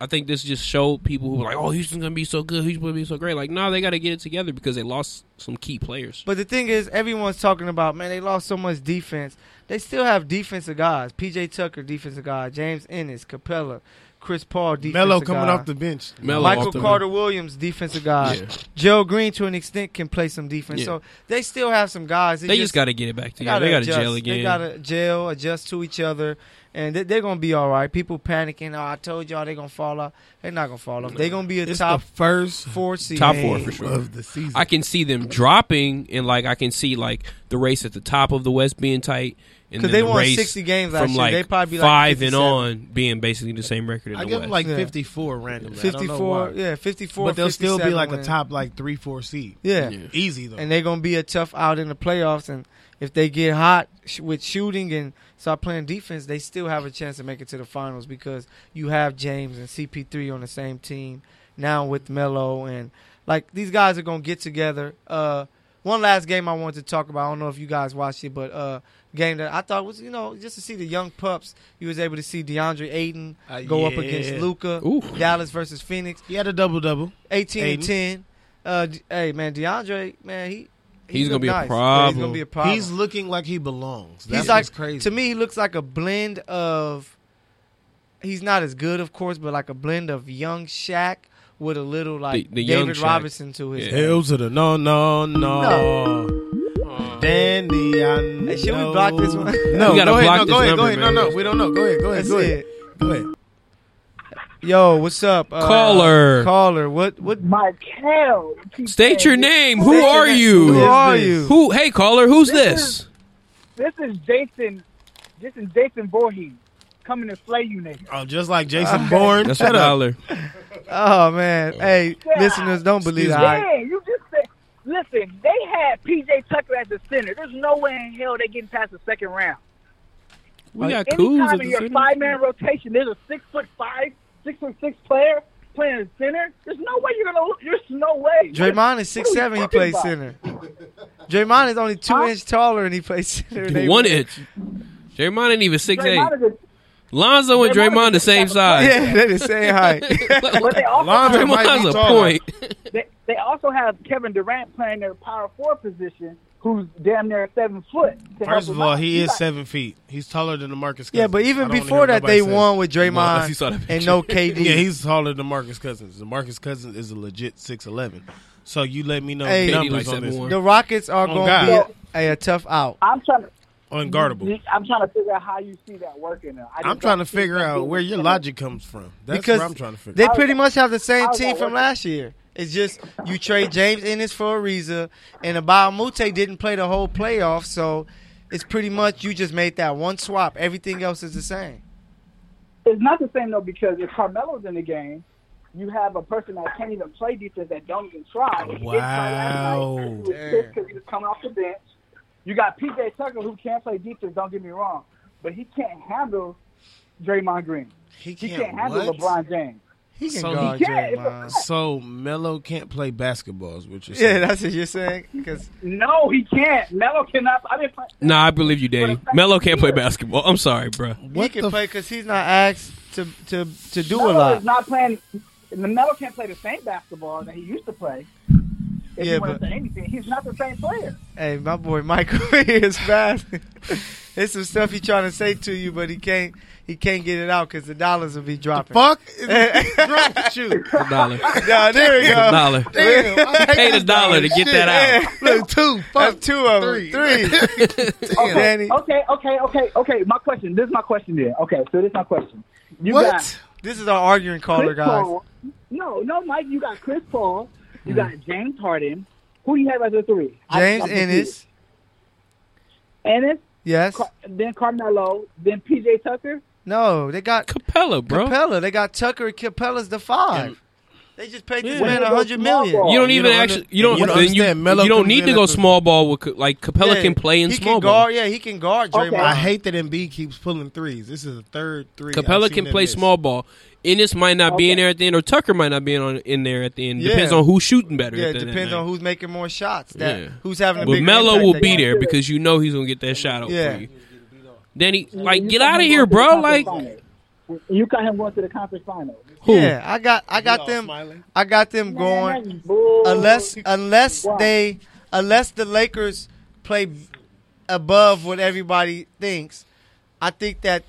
D: I think this just showed people who were like, "Oh, Houston's gonna be so good. Houston's gonna be so great." Like, no, they got to get it together because they lost some key players.
C: But the thing is, everyone's talking about man. They lost so much defense. They still have defensive guys. PJ Tucker, defensive guy. James Ennis, Capella, Chris Paul, defensive
A: Melo
C: guy.
A: coming off the bench.
D: Melo
C: Michael
D: off the-
C: Carter Williams, defensive guy.
D: Yeah.
C: Joe Green, to an extent, can play some defense.
D: Yeah.
C: So they still have some guys.
D: They just got to get it back
C: they
D: together. They got to
C: adjust.
D: jail again.
C: They got to jail, adjust to each other, and they, they're gonna be all right. People panicking. Oh, I told y'all they're gonna fall off. They're not gonna fall off. They're gonna be a
A: It's
C: top
A: the first
C: four seed.
D: Top four for sure.
A: of the season.
D: I can see them dropping, and like I can see like the race at the top of the West being tight, and
C: Because
D: then
C: they
D: the
C: won
D: race
C: 60 games last
D: from
C: year.
D: like
C: they probably be like
D: five and
C: 57.
D: on being basically the same record in
A: I
D: the
A: give
D: West.
A: them like
C: Yeah.
A: fifty four randomly. I don't know
C: 54,
A: why.
C: yeah, 54.
A: but they'll still be
C: 57
A: like
C: win.
A: a top like three four seed.
C: Yeah.
D: Yeah.
A: Easy though.
C: And they're going to be a tough out in the playoffs. And if they get hot sh- with shooting and start playing defense, they still have a chance to make it to the finals because you have James and CP3 on the same team now with Melo. And like these guys are going to get together. Uh, one last game I wanted to talk about. I don't know if you guys watched it, but uh, game that I thought was you know just to see the young pups. You was able to see DeAndre Ayton
A: Uh,
C: go up against
A: yeah.
C: Luca.
D: Ooh.
C: Dallas versus Phoenix,
A: He had a double double.
C: 18 and
A: Aiden.
C: 10. Uh, D- hey man, DeAndre, man, he he
D: He's gonna
C: look
D: be a
C: nice.
D: problem.
C: Yeah, He's gonna be a problem.
A: He's looking like he belongs.
C: He's
A: That's
C: like-
A: what's crazy.
C: to me, he looks like a blend of. He's not as good, of course, but like a blend of young Shaq with a little like
D: The- the young
C: David
D: Shaq.
C: Robinson to his.
D: Yeah.
A: Hell to the no, no, no. Dandy, I know.
C: Hey, should we block this one?
A: No,
D: We gotta
A: go ahead,
D: block
A: no,
D: this
A: go ahead,
D: number,
A: go ahead.
D: man.
A: No, no, we don't know. Go ahead, go ahead,
C: That's
A: go ahead.
C: it.
A: Go ahead.
C: Yo, what's up, uh,
D: Caller.
C: Caller, what what?
E: Michael.
D: State your name. Who
C: State your
D: are
C: name.
D: you?
C: Who
D: Who,
C: are
A: this?
C: you?
D: Hey caller, who's
E: This
D: this?
E: is- This is Jason. This is Jason Voorhees coming to slay you niggas.
A: Oh, just like Jason Bourne.
D: That's
A: Shut
D: a
A: up.
D: dollar.
C: Oh man, hey,
E: Yeah.
C: listeners, don't believe
A: Excuse
C: I.
A: me.
E: Yeah, you just said. Listen, they had PJ Tucker at the center. There's no way in hell they getting past the second round.
D: We got coos at
E: Anytime
D: the
E: in your
D: center.
E: five man rotation, there's a six foot five, six foot six player playing center. There's no way you're gonna. There's no way.
C: Draymond is
E: What are
C: six
E: we
C: seven. He
E: talking
C: plays
E: about?
C: center. Draymond is only two
E: Huh?
C: inch taller and he plays center. They-
D: One inch. Draymond ain't even six eight.
E: Draymond is a,
D: Lonzo and
E: Draymond
D: Draymond
E: is
D: the same
E: a-
D: size.
C: Yeah, they're the same height.
E: but they also
A: Lonzo might be
D: Draymond's a
A: taller.
D: point.
E: They, they also have Kevin Durant playing their power forward position, who's damn near seven foot. to help
A: First
E: him
A: of all,
E: out.
A: he
E: He's
A: is
E: like-
A: seven feet. He's taller than Demarcus. Cousins.
C: yeah, but
A: I
C: even
A: don't wanna
C: before
A: hear
C: that,
A: nobody
C: they
A: say it.
C: won with
D: Unless you saw
C: Draymond
D: that
C: and
D: picture.
C: no KD.
A: Yeah, he's taller than Marcus Cousins. Demarcus Cousins is a legit six eleven. So you let me know
C: Hey.
A: the
C: KD
A: numbers
D: like
A: on this.
D: 7'1".
C: the Rockets are
A: Oh,
C: going
A: God.
C: to be a, a tough out.
E: I'm trying to.
A: Unguardable.
E: I'm trying to figure out how you see that working. I just
A: I'm trying to
E: don't see
A: figure
E: that
A: out
E: being-
A: where your logic comes from. That's
C: because
A: what I'm trying to figure.
C: they
A: out.
C: pretty much have the same
E: How's
C: team
E: that
C: from
E: working?
C: last year. It's just you trade James Ennis for Ariza, and Abamute didn't play the whole playoff, so it's pretty much you just made that one swap. Everything else is the same.
E: It's not the same though because if Carmelo's in the game, you have a person that can't even play defense that don't even try. He didn't play last
A: Wow.
E: night. He was
C: Damn.
E: pissed 'cause he was coming off the bench. You got PJ Tucker who can't play defense. Don't get me wrong, but he can't handle Draymond Green.
A: He
E: He can't handle LeBron James.
C: He can
A: So he
C: guard
E: can't.
C: Draymond.
A: So Melo can't play basketballs, which is
C: Yeah, that's what you're saying. Because
E: No, he can't. Melo cannot. I didn't play.
D: Nah, I believe you, Danny.
E: fact,
D: Melo can't play
E: here-
D: basketball. I'm sorry, bro.
C: he
A: What
C: can
A: the
C: play because he's not asked to to to do a
E: Melo
C: lot.
E: is not playing. Melo can't play the same basketball that he used to play. if
C: Yeah,
E: you want
C: but-
E: to say anything, he's not the same player.
C: Hey, my boy Michael is fast. There's some stuff he trying to say to you, but he can't. He can't get it out because the dollars will be dropping.
A: Fuck is wrong with you?
D: A dollar.
C: Nah, there we
D: A
C: go.
D: dollar. Paid a dollar to get that out.
A: Look, two,
C: That's
A: fuck,
C: two of
A: three.
C: them. Three.
E: Okay,
C: Danny.
E: okay, okay, okay, okay. My question. This is my question then. Okay, so this is my question. You got
C: What? This is our arguing caller,
E: Chris
C: guys.
E: Paul. No, no, Mike. You got Chris Paul. You got James Harden. Who do you have as a three? I-
C: James
E: I'm confused.
C: Ennis.
E: Ennis,
C: Yes.
E: Car- then Carmelo, then PJ Tucker.
C: No, they got
D: Capella, bro.
C: Capella. They got Tucker and Capella's the five. They just paid this
D: Yeah.
C: man a hundred million.
E: Small
D: You don't
A: You
D: even
A: don't
D: actually.
A: under-
D: You don't.
A: you don't
D: then you,
A: understand. Melo
D: you don't
A: comes
D: need to
A: in
D: go
A: at the-
D: small ball with like Capella
C: Yeah,
D: can play in
C: he
D: small
C: can
D: ball.
C: guard, Yeah, he can guard
E: Okay.
A: I
C: Draymond.
A: hate that Embiid keeps pulling threes. This is the third three.
D: Capella
A: I've seen
D: can
A: him
D: play
A: miss.
D: small ball. Ennis might not be in
E: Okay.
D: there at the end, or Tucker might not be in, on, in there at the end.
C: Yeah.
D: Depends on who's shooting better.
C: Yeah,
D: at
C: it
D: the end of
C: depends
D: the
C: on
D: night.
C: who's making more shots. That
D: Yeah.
C: who's having a
D: But
C: bigger
D: Melo
C: impact
D: will
C: they
D: be
C: got.
D: there because you know he's gonna get that shot out
C: Yeah.
D: for you. Danny,
E: And
D: like
E: you
D: get
E: got
D: out of
E: him
D: here,
E: going to
D: bro.
E: the
D: Like
E: conference finals. you got him going to the conference final.
D: who?
C: Yeah, I got I got them I got them going unless unless
E: Wow.
C: they unless the Lakers play above what everybody thinks. I think that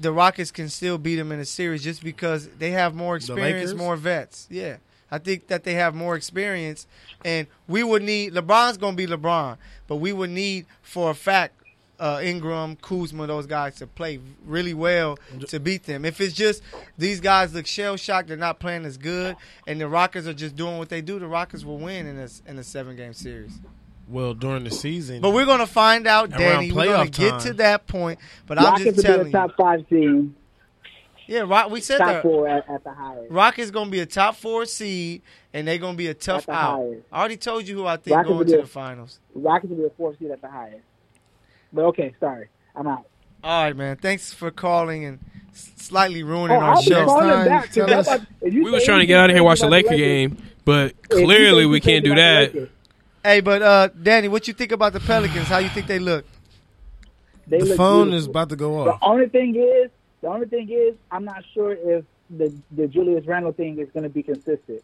C: the Rockets can still beat them in a series just because they have more experience,
A: Lakers?
C: more vets. Yeah. I think that they have more experience and we would need LeBron's going to be LeBron, but we would need for a fact uh, Ingram, Kuzma, those guys to play really well to beat them. If it's just these guys look shell shocked, they're not playing as good, and the Rockets are just doing what they do, the Rockets will win in a in a seven game series.
A: Well, during the season,
C: But we're gonna find out,
A: Around
C: Danny. We're gonna
A: playoff
C: get
A: time.
C: to that point. But I'm
E: Rockets
C: just
E: will be
C: telling
E: a
C: you,
E: top five team,
C: yeah, Rock, we said
E: top
C: that
E: four at, at the highest.
C: Rockets gonna be a top four seed, and they're gonna be a tough
E: That's a
C: out.
E: higher.
C: I already told you who I think
E: Rockets will
C: going to
E: be a-
C: the finals.
E: Rockets will be a fourth seed at the highest. But okay, sorry, I'm out.
C: All right, man. Thanks for calling and s- slightly ruining
E: Oh,
C: our
E: I'll be
C: show.
E: calling
A: time,
E: back. 'cause
A: tell
E: I'm
A: us-
E: about- if you
D: We
E: say
D: were trying to get out of here and watch the Laker game, but
E: if you
D: clearly
E: say
D: we
E: you
D: can't
E: say
D: do
E: you like
D: that.
E: the Lakers,
C: Hey, but uh, Danny, what you think about the Pelicans? How you think they look?
E: they
A: the
E: look
A: phone
E: beautiful.
A: is about to go
E: The
A: off.
E: only thing is, the only thing is, I'm not sure if the the Julius Randle thing is going to be consistent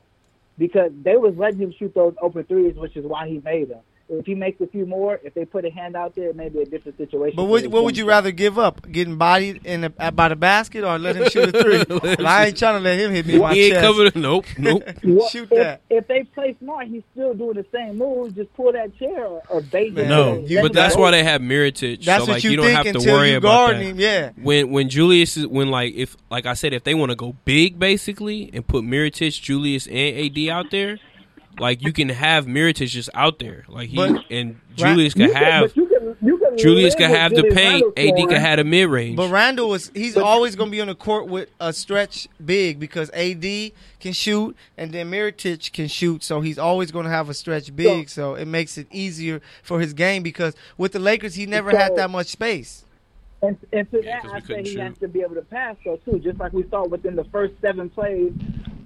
E: because they was letting him shoot those open threes, which is why he made them. If he makes a few more, if they put a hand out there, it may be a different situation.
C: But
E: for
C: what,
E: this
C: what would
E: young
C: you
E: man.
C: rather give up? Getting bodied in the, uh, by the basket or let him shoot a three? Well, I ain't trying to let him hit me in my
D: He ain't
C: chest.
D: covered. Nope, nope.
E: Well,
C: Shoot
E: if,
C: that.
E: If they play smart, he's still doing the same moves. Just pull that chair or, or bait. him.
A: No,
E: Let
C: you-
E: him
D: But that's
E: go.
D: why they have Meritage.
C: That's
D: so
C: what
D: like
C: you,
D: you, don't
C: think
D: have to
C: until
D: worry
C: you
D: about
C: guard
D: that.
C: him. Yeah.
D: When when Julius is when like if like I said if they want to go big basically and put Miritich, Julius, and AD out there, like you can have Miritich just out there like he
C: But-
D: and Julius
E: You
D: could
E: can-
D: have
E: but you can- you can
D: Julius could
E: live with
D: have the
E: Julius
D: paint,
E: Randle
D: AD could
E: scoring.
D: have the mid range.
C: But Randall was he's always going to be on the court with a stretch big because AD can shoot and then Miritich can shoot, so he's always going to have a stretch big, so it makes it easier for his game because with the Lakers he never had
E: So-
C: that much space.
E: And, and to
D: Yeah,
E: that,
D: 'cause we
E: I say
D: couldn't
E: he
D: shoot.
E: has to be able to pass, though, too. Just like we saw within the first seven plays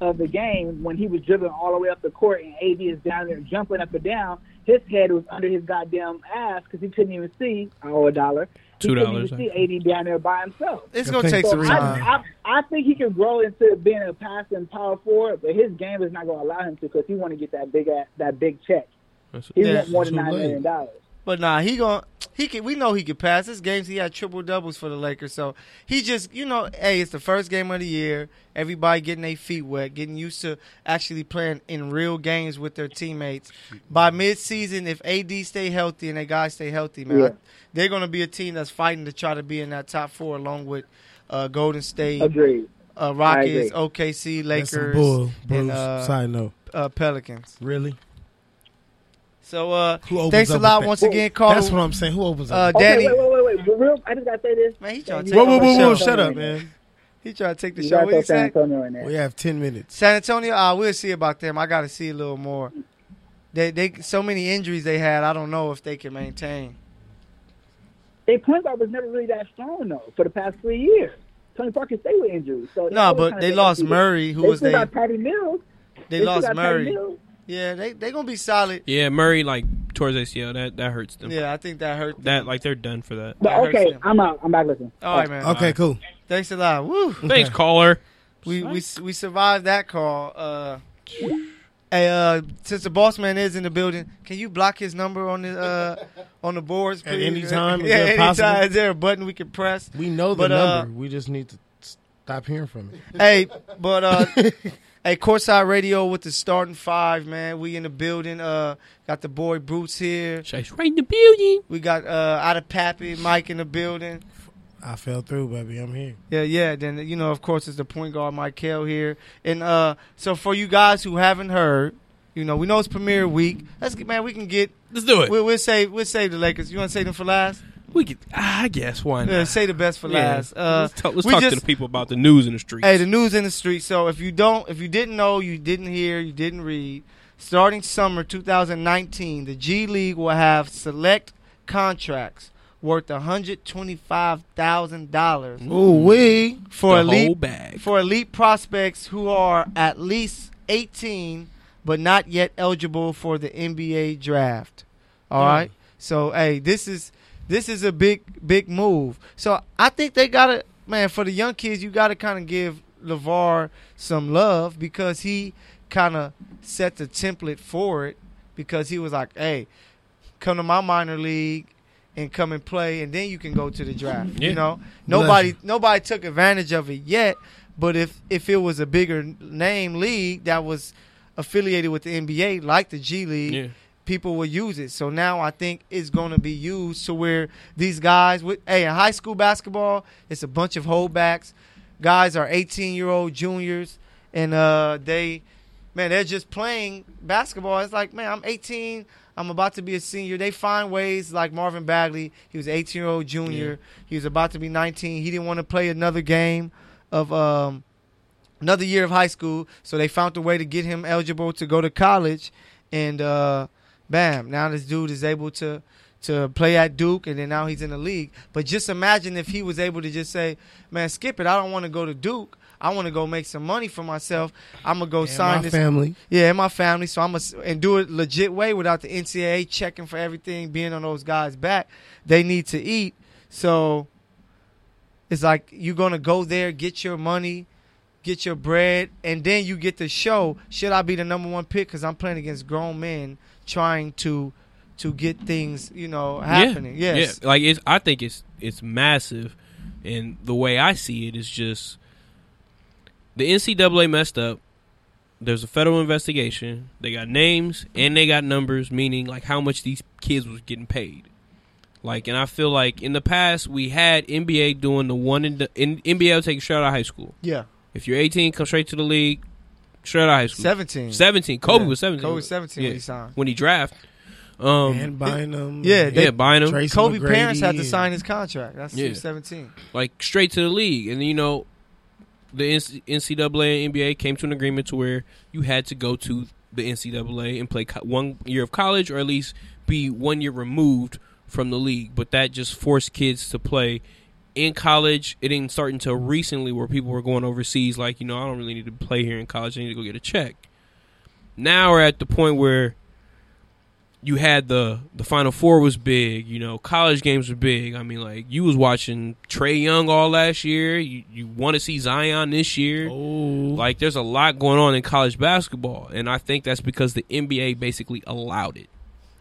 E: of the game when he was driven all the way up the court and AD is down there jumping up and down. His head was under his goddamn ass because he couldn't even see, oh, a dollar. He
D: Two
E: couldn't
D: dollars,
E: even see AD down there by himself.
C: It's
A: I
C: going to
A: think
C: take
E: So
C: some time.
E: I, I, I think he can grow into being a passing power forward, but his game is not going to allow him to because he want to get that big ass, that big check.
D: That's-
E: He
C: Yeah,
E: wants more than
A: too
E: nine
A: late.
E: million dollars.
C: But nah, he gon' he can. We know he can pass. This games he had triple doubles for the Lakers, so he just you know, hey, it's the first game of the year. Everybody getting their feet wet, getting used to actually playing in real games with their teammates. By midseason, if AD stay healthy and they guys stay healthy, man,
E: Yeah.
C: they're gonna be a team that's fighting to try to be in that top four along with uh, Golden State,
E: Agreed.
C: uh,
E: agree.
C: Rockets, OKC,
A: That's some
C: Lakers,
A: bull, Bruce.
C: and uh,
A: Side note,
C: uh, Pelicans.
A: really?
C: So uh,
A: Who opens
C: thanks a
A: up
C: lot
A: with
C: once
A: that?
C: again, Carl.
A: That's what I'm saying. Who opens
C: Uh,
A: up?
C: Danny.
E: Okay, wait, wait, wait, wait. But real, I just gotta say this.
C: Man, he tryna
E: And
C: take
E: you
A: whoa,
C: Whoa,
A: whoa,
E: gotta
A: whoa,
E: put San
A: whoa!
E: Antonio
A: Shut up,
E: in there.
A: man.
C: he tried to take the
E: You
C: show.
E: gotta
C: What
E: throw
C: you
E: San
C: say?
E: Antonio in there.
A: We have ten minutes.
C: San Antonio, I will see about them. I got to see a little more. They they so many injuries they had. I don't know if they can maintain.
E: Their point guard was never really that strong though for the past three years. Tony Parker stayed with injuries. So
C: No, but they lost
E: Murray.
C: Murray, who
E: they
C: was
E: still
C: they
E: got Patty Mills.
C: they
E: still
C: lost
E: got Patty
C: Murray.
E: Mills.
C: Yeah, they they gonna be solid.
D: yeah, Murray like towards ACL that that hurts them.
C: Yeah, I think that hurt. them.
D: That like they're done for that.
E: But
C: That hurts
E: okay,
C: them.
E: I'm out. I'm back listening.
C: All right, man.
A: Oh, Okay, cool.
C: Thanks a lot. Woo.
D: Thanks, caller.
C: We we we survived that call. Uh, Hey, uh, since the boss man is in the building, can you block his number on the uh, on the boards
A: At
C: please?
A: any time? Is
C: yeah,
A: that
C: anytime.
A: possible?
C: Is there a button we can press?
A: We know the
C: But, uh,
A: number. We just need to stop hearing from it.
C: hey, but uh, hey, Courtside Radio with the starting five, man. We in the building. Uh, got the boy Bruce here.
D: Chase right in the building.
C: We got uh, out of Pappy, Mike in the building.
A: I fell through, baby. I'm here.
C: Yeah, yeah. Then you know, of course, it's the point guard Michael here, and uh, so for you guys who haven't heard, you know, we know it's Premier Week. Let's get, man, we can get.
D: Let's do it.
C: We'll, we'll save. We'll save the Lakers. You want to save them for last?
D: we could, ah, I guess why not?
C: Yeah, say the best for
D: Yeah.
C: last. Uh,
D: let's talk, let's
C: we
D: talk
C: just-
D: to the people about the news in the streets.
C: Hey, the news in the street. So if you don't, if you didn't know, you didn't hear, you didn't read. Starting summer 2019, the G League will have select contracts worth 125,000 dollars
A: Ooh, we.
C: for
D: the whole
C: elite
D: bag.
C: for elite prospects who are at least 18 but not yet eligible for the NBA draft.
D: Mm.
C: All right. So hey, this is this is a big big move. So I think they got to man for the young kids. You got to kind of give Levar some love because he kind of set the template for it because he was like, hey, come to my minor league. And come and play, and then you can go to the draft.
D: Yeah.
C: You know, nobody nobody took advantage of it yet. But if if it was a bigger name league that was affiliated with the NBA, like the G League,
D: Yeah.
C: people will use it. So now I think it's going to be used to where these guys with hey in high school basketball, it's a bunch of holdbacks. Guys are 18 year old juniors, and uh, they man they're just playing basketball. It's like man I'm 18. I'm about to be a senior. They find ways like Marvin Bagley. He was 18 year old junior. He was about to be 19. He didn't want to play another game of um, another year of high school, so they found a way to get him eligible to go to college, and uh, bam, now this dude is able to to play at Duke, and then now he's in the league. But just imagine if he was able to just say, "Man, skip it. I don't want to go to Duke. I want to go make some money for myself. I'm gonna go
A: And
C: sign
A: my
C: this
A: family.
C: yeah, and my family. So I'm a, and do it legit way without the NCAA checking for everything, being on those guys' back. They need to eat. So it's like you're gonna go there, get your money, get your bread, and then you get to show. Should I be the number one pick? Because I'm playing against grown men trying to to get things, you know, happening.
D: Yeah.
C: Yes.
D: Yeah. Like it's I think it's it's massive and the way I see it is just the NCAA messed up. There's a federal investigation. They got names and they got numbers, meaning like how much these kids was getting paid. Like, and I feel like in the past we had NBA doing the one and the, in, NBA would take you straight out of high school.
C: Yeah.
D: If you're 18, come straight to the league, straight out of high school.
C: Seventeen.
D: 17. Kobe
C: Yeah.
D: was 17.
C: Kobe was 17 when he signed.
D: When he draft. Um,
A: and buying them.
C: Yeah, they-
D: yeah, buying him.
A: Tracy
C: Kobe
A: McGrady
C: parents had to
A: and-
C: sign his contract. That's
D: Yeah.
C: seventeen.
D: like straight to the league. And you know, the NCAA and NBA came to an agreement to where you had to go to the NCAA and play co- one year of college, or at least be one year removed from the league. But that just forced kids to play in college. It didn't start until recently where people were going overseas. Like you know, I don't really need to play here in college. I need to go get a check. Now we're at the point where you had the the Final Four was big. You know, college games were big. I mean, like you was watching Trey Young all last year. You you want to see Zion this year.
A: Oh,
D: Like there's a lot going on in college basketball, and I think that's because the NBA basically allowed it.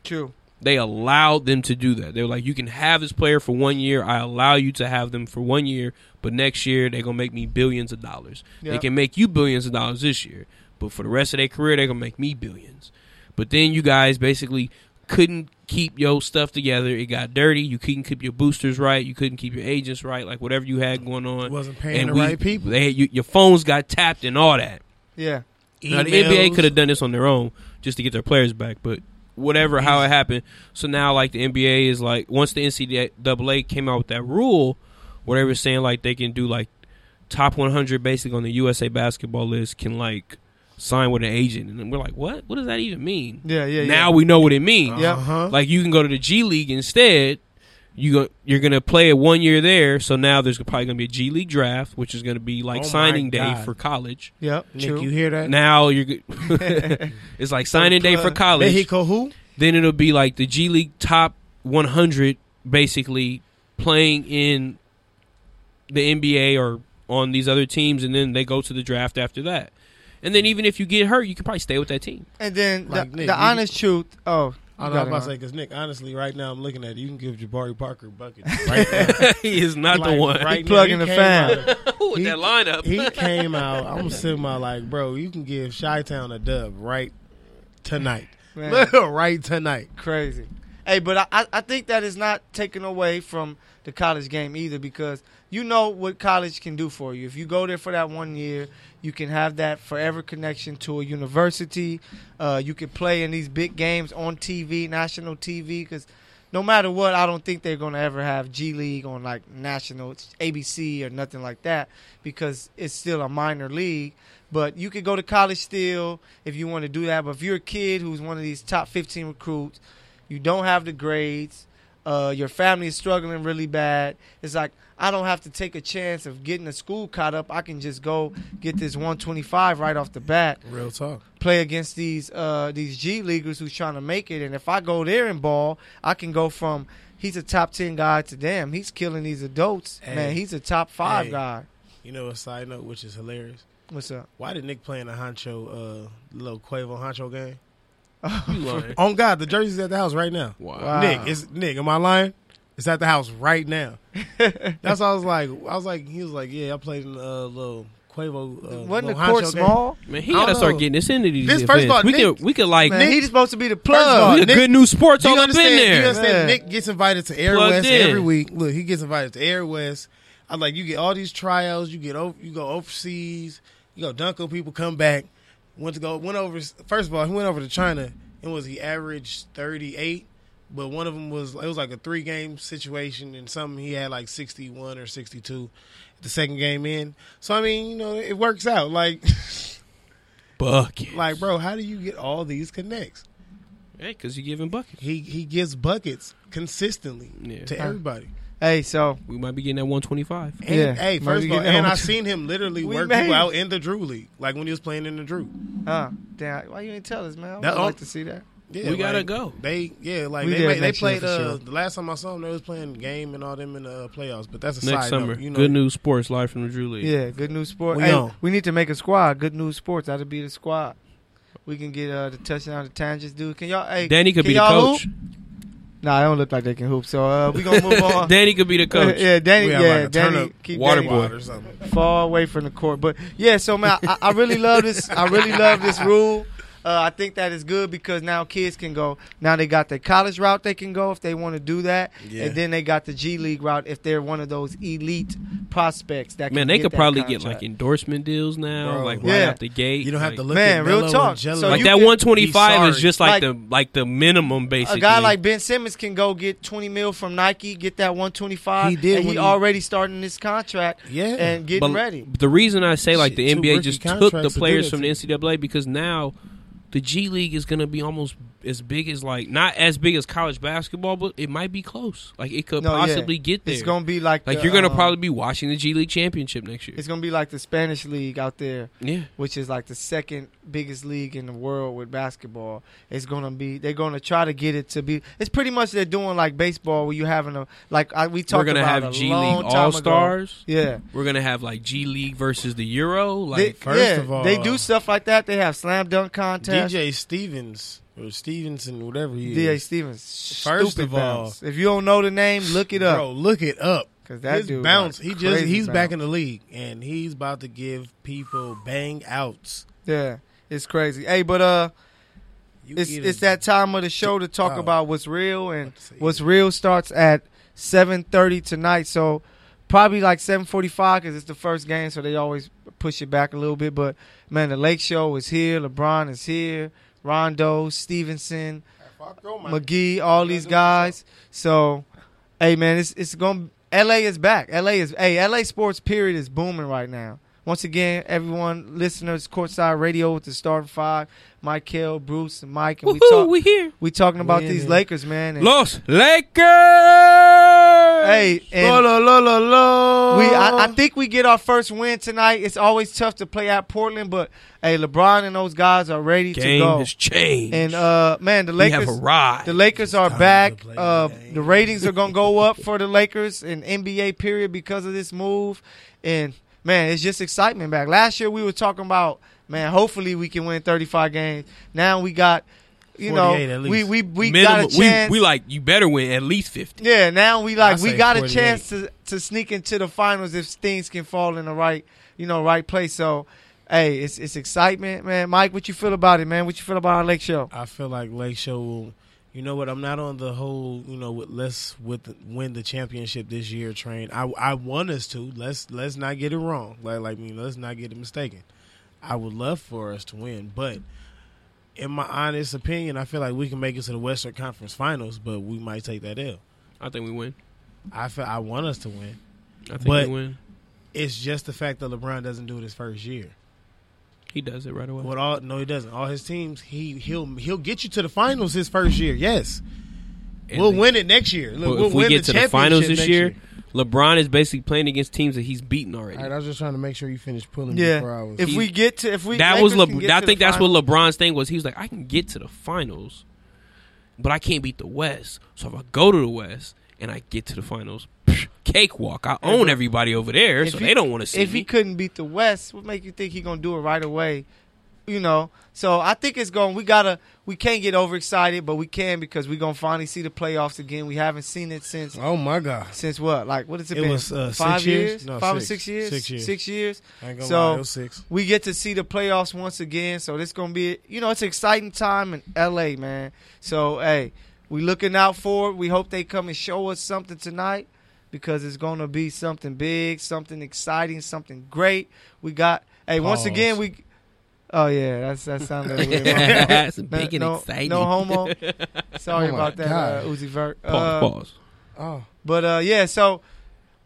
C: True.
D: They allowed them to do that. They were like, you can have this player for one year. I allow you to have them for one year, but next year they're gonna make me billions of dollars. They
C: Yeah.
D: can make you billions of dollars this year, but for the rest of their career, they're gonna make me billions. But then you guys basically couldn't keep your stuff together. It got dirty. You couldn't keep your boosters right. You couldn't keep your agents right. Like whatever you had going on,
A: wasn't paying
D: and
A: the
D: we-
A: right people.
D: They, you, your phones got tapped and all that.
C: Yeah.
D: Now, the NBA
A: Emails.
D: could have done this on their own just to get their players back, but whatever, how it happened. So now, like, the NBA is like, once the NCAA came out with that rule where they were saying, like, they can do, like, top 100 basically on the USA basketball list can, like, sign with an agent. And we're like, what? What does that even mean?
C: Yeah. Yeah.
D: now we know what it means.
C: Yep.
A: Uh-huh.
D: Like, you can go to the G League instead. You go, you're gonna play it one year there, so now there's probably gonna be a G League draft, which is gonna be like
A: Oh my
D: signing day
A: God.
D: for college.
C: Yep.
A: Nick,
C: True.
A: you hear that?
D: Now you're good. it's like signing day for college.
A: Mexico who?
D: Then it'll be like the G League top 100 basically playing in the NBA or on these other teams and then they go to the draft after that. And then even if you get hurt, you can probably stay with that team.
C: And then
A: Like
C: the,
A: Nick,
C: the
A: you-
C: honest truth. Oh,
A: I
C: you
A: know I
C: got
A: was about
C: it,
A: to
C: huh?
A: say because Nick, honestly, right now I'm looking at it. You can give Jabari Parker buckets. Right now.
D: he is not the
A: Like,
D: one.
A: Right
C: plugging
A: now,
C: the
A: he came
C: fan.
A: out-
D: with
A: He-
D: that lineup.
A: He came out. I'm sitting my like, bro. You can give Chi Town a dub right tonight.
C: Man.
A: right tonight.
C: Crazy. Hey, but I- I, I think that is not taken away from the college game either because you know what college can do for you. If you go there for that one year, you can have that forever connection to a university. Uh, you can play in these big games on TV, national TV, because no matter what, I don't think they're going to ever have G League on like national ABC or nothing like that because it's still a minor league. But you could go to college still if you want to do that. But if you're a kid who's one of these top 15 recruits, you don't have the grades, uh, your family is struggling really bad. It's like I don't have to take a chance of getting a school caught up. I can just go get this 125 right off the bat
A: Real talk.
C: play against these uh, these G leaguers who's trying to make it. And if I go there and ball, I can go from he's a top ten guy to damn, he's killing these adults. Man,
A: Hey.
C: he's a top five
A: Hey.
C: guy.
A: You know a side note which is hilarious.
C: What's up?
A: Why did Nick play in a Honcho, uh, little Quavo Honcho game?
D: You lying.
A: On God, the jersey's at the house right now.
D: Wow.
C: Wow.
A: Nick, is Nick? Am I lying? It's at the house right now. That's what I was like. I was like, he was like, yeah, I played in a uh, little Quavo. Uh,
C: Wasn't the
A: little
C: court
A: Honcho
C: small?
D: Man, he
A: I don't
D: gotta start
A: know.
D: getting this into these.
A: This-
D: events.
A: first of all,
D: we
A: Nick-
D: could we could like
C: Man, he's supposed to be the
A: all,
C: plug.
D: we could
A: Nick-
D: good news sports
A: Do you
D: all up in
A: understand? Do you
D: there.
A: understand?
C: Yeah.
A: Nick gets invited to Air
D: Plugged
A: West
D: in.
A: every week. Look, he gets invited to Air West. I like you get all these tryouts. You get over, you go overseas. You go dunk on people. Come back. Went to go. Went over. First of all, he went over to China and was he averaged thirty eight. But one of them was it was like a three game situation, and some he had like sixty one or sixty two. The second game in, so I mean, you know, it works out. Like,
D: Bucket.
A: like, bro, how do you get all these connects?
D: hey, because you giving bucket.
A: He he gives buckets consistently
D: Yeah.
A: to everybody.
C: Hey, so
D: We might be getting that 125.
A: And,
C: Yeah.
A: Hey,
C: Might
A: first
C: be
A: of all,
C: getting
A: and
C: out.
A: I seen him literally
C: We
A: work
C: made
A: people
C: it.
A: out in the Drew League, like when he was playing in the Drew.
C: uh damn, why you didn't tell us, man? I would
A: That-
C: like to see that.
A: Yeah,
D: We
A: like,
D: gotta go.
A: They yeah, like
C: We
A: they
C: there
A: made, they
C: next year
A: played
C: for
A: uh,
C: sure.
A: the last time I saw them, they was playing game and all them in the uh, playoffs. But that's a
D: Next
A: side
D: summer,
A: note. You know,
D: good news sports live from the Drew League.
C: Yeah, good news sports.
A: We
C: Hey,
A: on.
C: we need to make a squad. Good news sports. That'll be the squad. We can get uh, the touchdown to tangents, dude. Can y'all? Hey,
D: Danny could
C: can
D: be the
C: y'all
D: coach.
C: Hoop? Nah, I don't look like they can hoop. So uh, we gonna move on.
D: Danny could be the coach.
C: yeah, Danny.
A: we have
C: Yeah,
A: like a
C: Danny.
A: turnip
C: keep
D: water
C: Danny
D: boy.
A: squad or something.
C: far away from the court. But yeah, so man, I, I really love this. I really love this rule. Uh, I think that is good because now kids can go. Now they got their college route they can go if they want to do that,
A: Yeah.
C: and then they got the G League route if they're one of those elite prospects that. Can
D: Man, they
C: get
D: could
C: that
D: probably get
C: contract.
D: like endorsement deals now,
A: Bro.
D: like right
C: Yeah.
D: out the gate.
A: You don't have
D: like,
A: to look
C: Man,
A: at
C: real
A: Melo
C: talk.
A: And Jello.
C: So
D: like
C: you
D: that
C: could-
D: one twenty five is
A: sorry.
D: just like,
C: Like-
D: the like the minimum basically.
C: a guy like Ben Simmons can go get twenty mil from Nike, get that one twenty five.
A: He did
C: And
A: when
C: he
A: he-
C: already starting this contract
A: yeah,
C: and getting
D: But
C: ready.
D: The reason I say
A: Shit,
D: like the
A: two
D: NBA
A: rookie
D: just took
A: contracts
D: the
A: to do
D: players
A: that
D: from the NCAA because now the G League is gonna be almost as big as like not as big as college basketball, but it might be close. Like it could
C: No, yeah.
D: possibly get there.
C: It's gonna be like
D: like
C: the,
D: you're gonna
C: um,
D: probably be watching the G League championship next year.
C: it's gonna be like the Spanish league out there.
D: Yeah.
C: which is like the second biggest league in the world with basketball. It's gonna be they're gonna try to get it to be. It's pretty much they're doing like baseball where you having a like I, we talked
D: We're gonna
C: about
D: have
C: a
D: G
C: long
D: League
C: time ago.
D: All Stars.
C: Yeah,
D: We're gonna have like G League versus the Euro.
C: they,
D: Like
A: first
C: yeah,
A: of all-
C: they do stuff like that. They have slam dunk contests.
A: DJ Stevens or Stevenson, whatever he
C: D.A.
A: is.
C: Stevens.
A: First
C: stupid
A: of all-
C: bounce. if you don't know the name, look it up.
A: Bro, look it up.
C: 'Cause that
A: His
C: dude got
A: bounce, he just
C: crazy
A: he's back
C: bounce.
A: in the league and he's about to give people bang outs.
C: Yeah, it's crazy. Hey, but uh,
A: You
C: it's
A: eat
C: it's
A: a-
C: that time of the show to talk
A: Oh.
C: about what's real and
A: About to say
C: what's real starts at 7:30 tonight. So probably like 7:45 cuz it's the first game so they always push it back a little bit, but man, the Lake Show is here, LeBron is here, Rondo, Stevenson, McGee, all these guys. So, hey man, it's it's going to LA is back. LA is hey, LA sports period is booming right now. Once again, everyone, listeners, courtside radio with the starting five, Michael, Bruce, and Mike, and
D: woohoo,
C: we talk
D: we here.
C: we talking about
A: We in
C: these
A: it.
C: Lakers, man. and-
D: Los Lakers.
C: hey,
A: Lo,
C: and
A: lo, lo, lo, lo.
C: we I, I think we get our first win tonight. It's always tough to play at Portland, but hey, LeBron and those guys are ready to
D: game
C: go.
D: has changed.
C: And uh, man, the
D: we
C: Lakers,
D: have arrived.
C: the Lakers are
A: time to
C: back.
A: play the
C: Uh,
A: game.
C: the ratings are gonna go up for the Lakers in NBA period because of this move. And man, it's just excitement back. Last year we were talking about man, hopefully we can win 35 games. Now we got, you know,
A: 48 at least.
C: we we we got
D: Minimum-
C: a chance.
D: We, we like you better win at least fifty.
C: yeah, now we like
A: I
C: we
A: say
C: got a
A: 48.
C: chance to to sneak into the finals if things can fall in the right you know right place. So, hey, it's it's excitement, man. Mike, what you feel about it, man? What you feel about our Lake Show?
A: I feel like Lake Show will. You know what? I'm not on the whole. You know, with, let's with the, win the championship this year train. I I want us to. Let's let's not get it wrong. Like like I mean, let's not get it mistaken. I would love for us to win, but in my honest opinion, I feel like we can make it to the Western Conference Finals, but we might take that L.
D: I think we win.
A: I feel I want us to win.
D: I think
A: But-
D: we win.
A: It's just the fact that LeBron doesn't do it his first year.
D: He does it right away.
A: With all no, he doesn't. All his teams, he he'll he'll get you to the finals his first year. Yes,
D: And
A: we'll
D: they-
A: win it next year.
D: but
A: Look, we'll
D: if we
A: win
D: get
A: the
D: to the finals
A: championship
D: this
A: next
D: year, LeBron is basically playing against teams that he's beaten already.
A: All right, I was just trying to make sure you finished pulling before I
C: Yeah,
A: was.
C: if we get to if we
D: that
C: Lakers
D: was
C: can
D: Le-
C: get
D: I
C: to
D: think
C: the
D: that's
C: finals-
D: what LeBron's thing was. He was like, I can get to the finals, but I can't beat the West. So if I go to the West and I get to the finals, psh, cakewalk. I own everybody over there,
C: If
D: so
C: he-
D: they don't want to see
C: if
D: me.
C: he couldn't beat the West, what make you think he gonna do it right away? You know, so I think it's going. We gotta. We can't get overexcited, but we can because we gonna finally see the playoffs again. We haven't seen it since
A: oh my god,
C: since what? Like what has it,
A: It
C: been?
A: was, uh, six
C: Five
A: years?
C: years?
A: No,
C: Five
A: six.
C: or six years?
A: Six years.
C: Six years.
A: I ain't gonna
C: So-
A: lie, it was six.
C: We get to see the playoffs once again, so this gonna be you know it's an exciting time in L.A. man. So hey, we looking out for it. We hope they come and show us something tonight because it's gonna be something big, something exciting, something great. We got hey once
A: Pause.
C: again we. Oh yeah, that's that sounded weird.
D: That's
C: No-
D: big and
C: no,
D: exciting.
C: No homo. Sorry
A: Oh, my
C: about that,
A: God.
C: uh, Uzi Vert. Uh,
D: pause, pause.
A: Oh,
C: but uh, yeah, so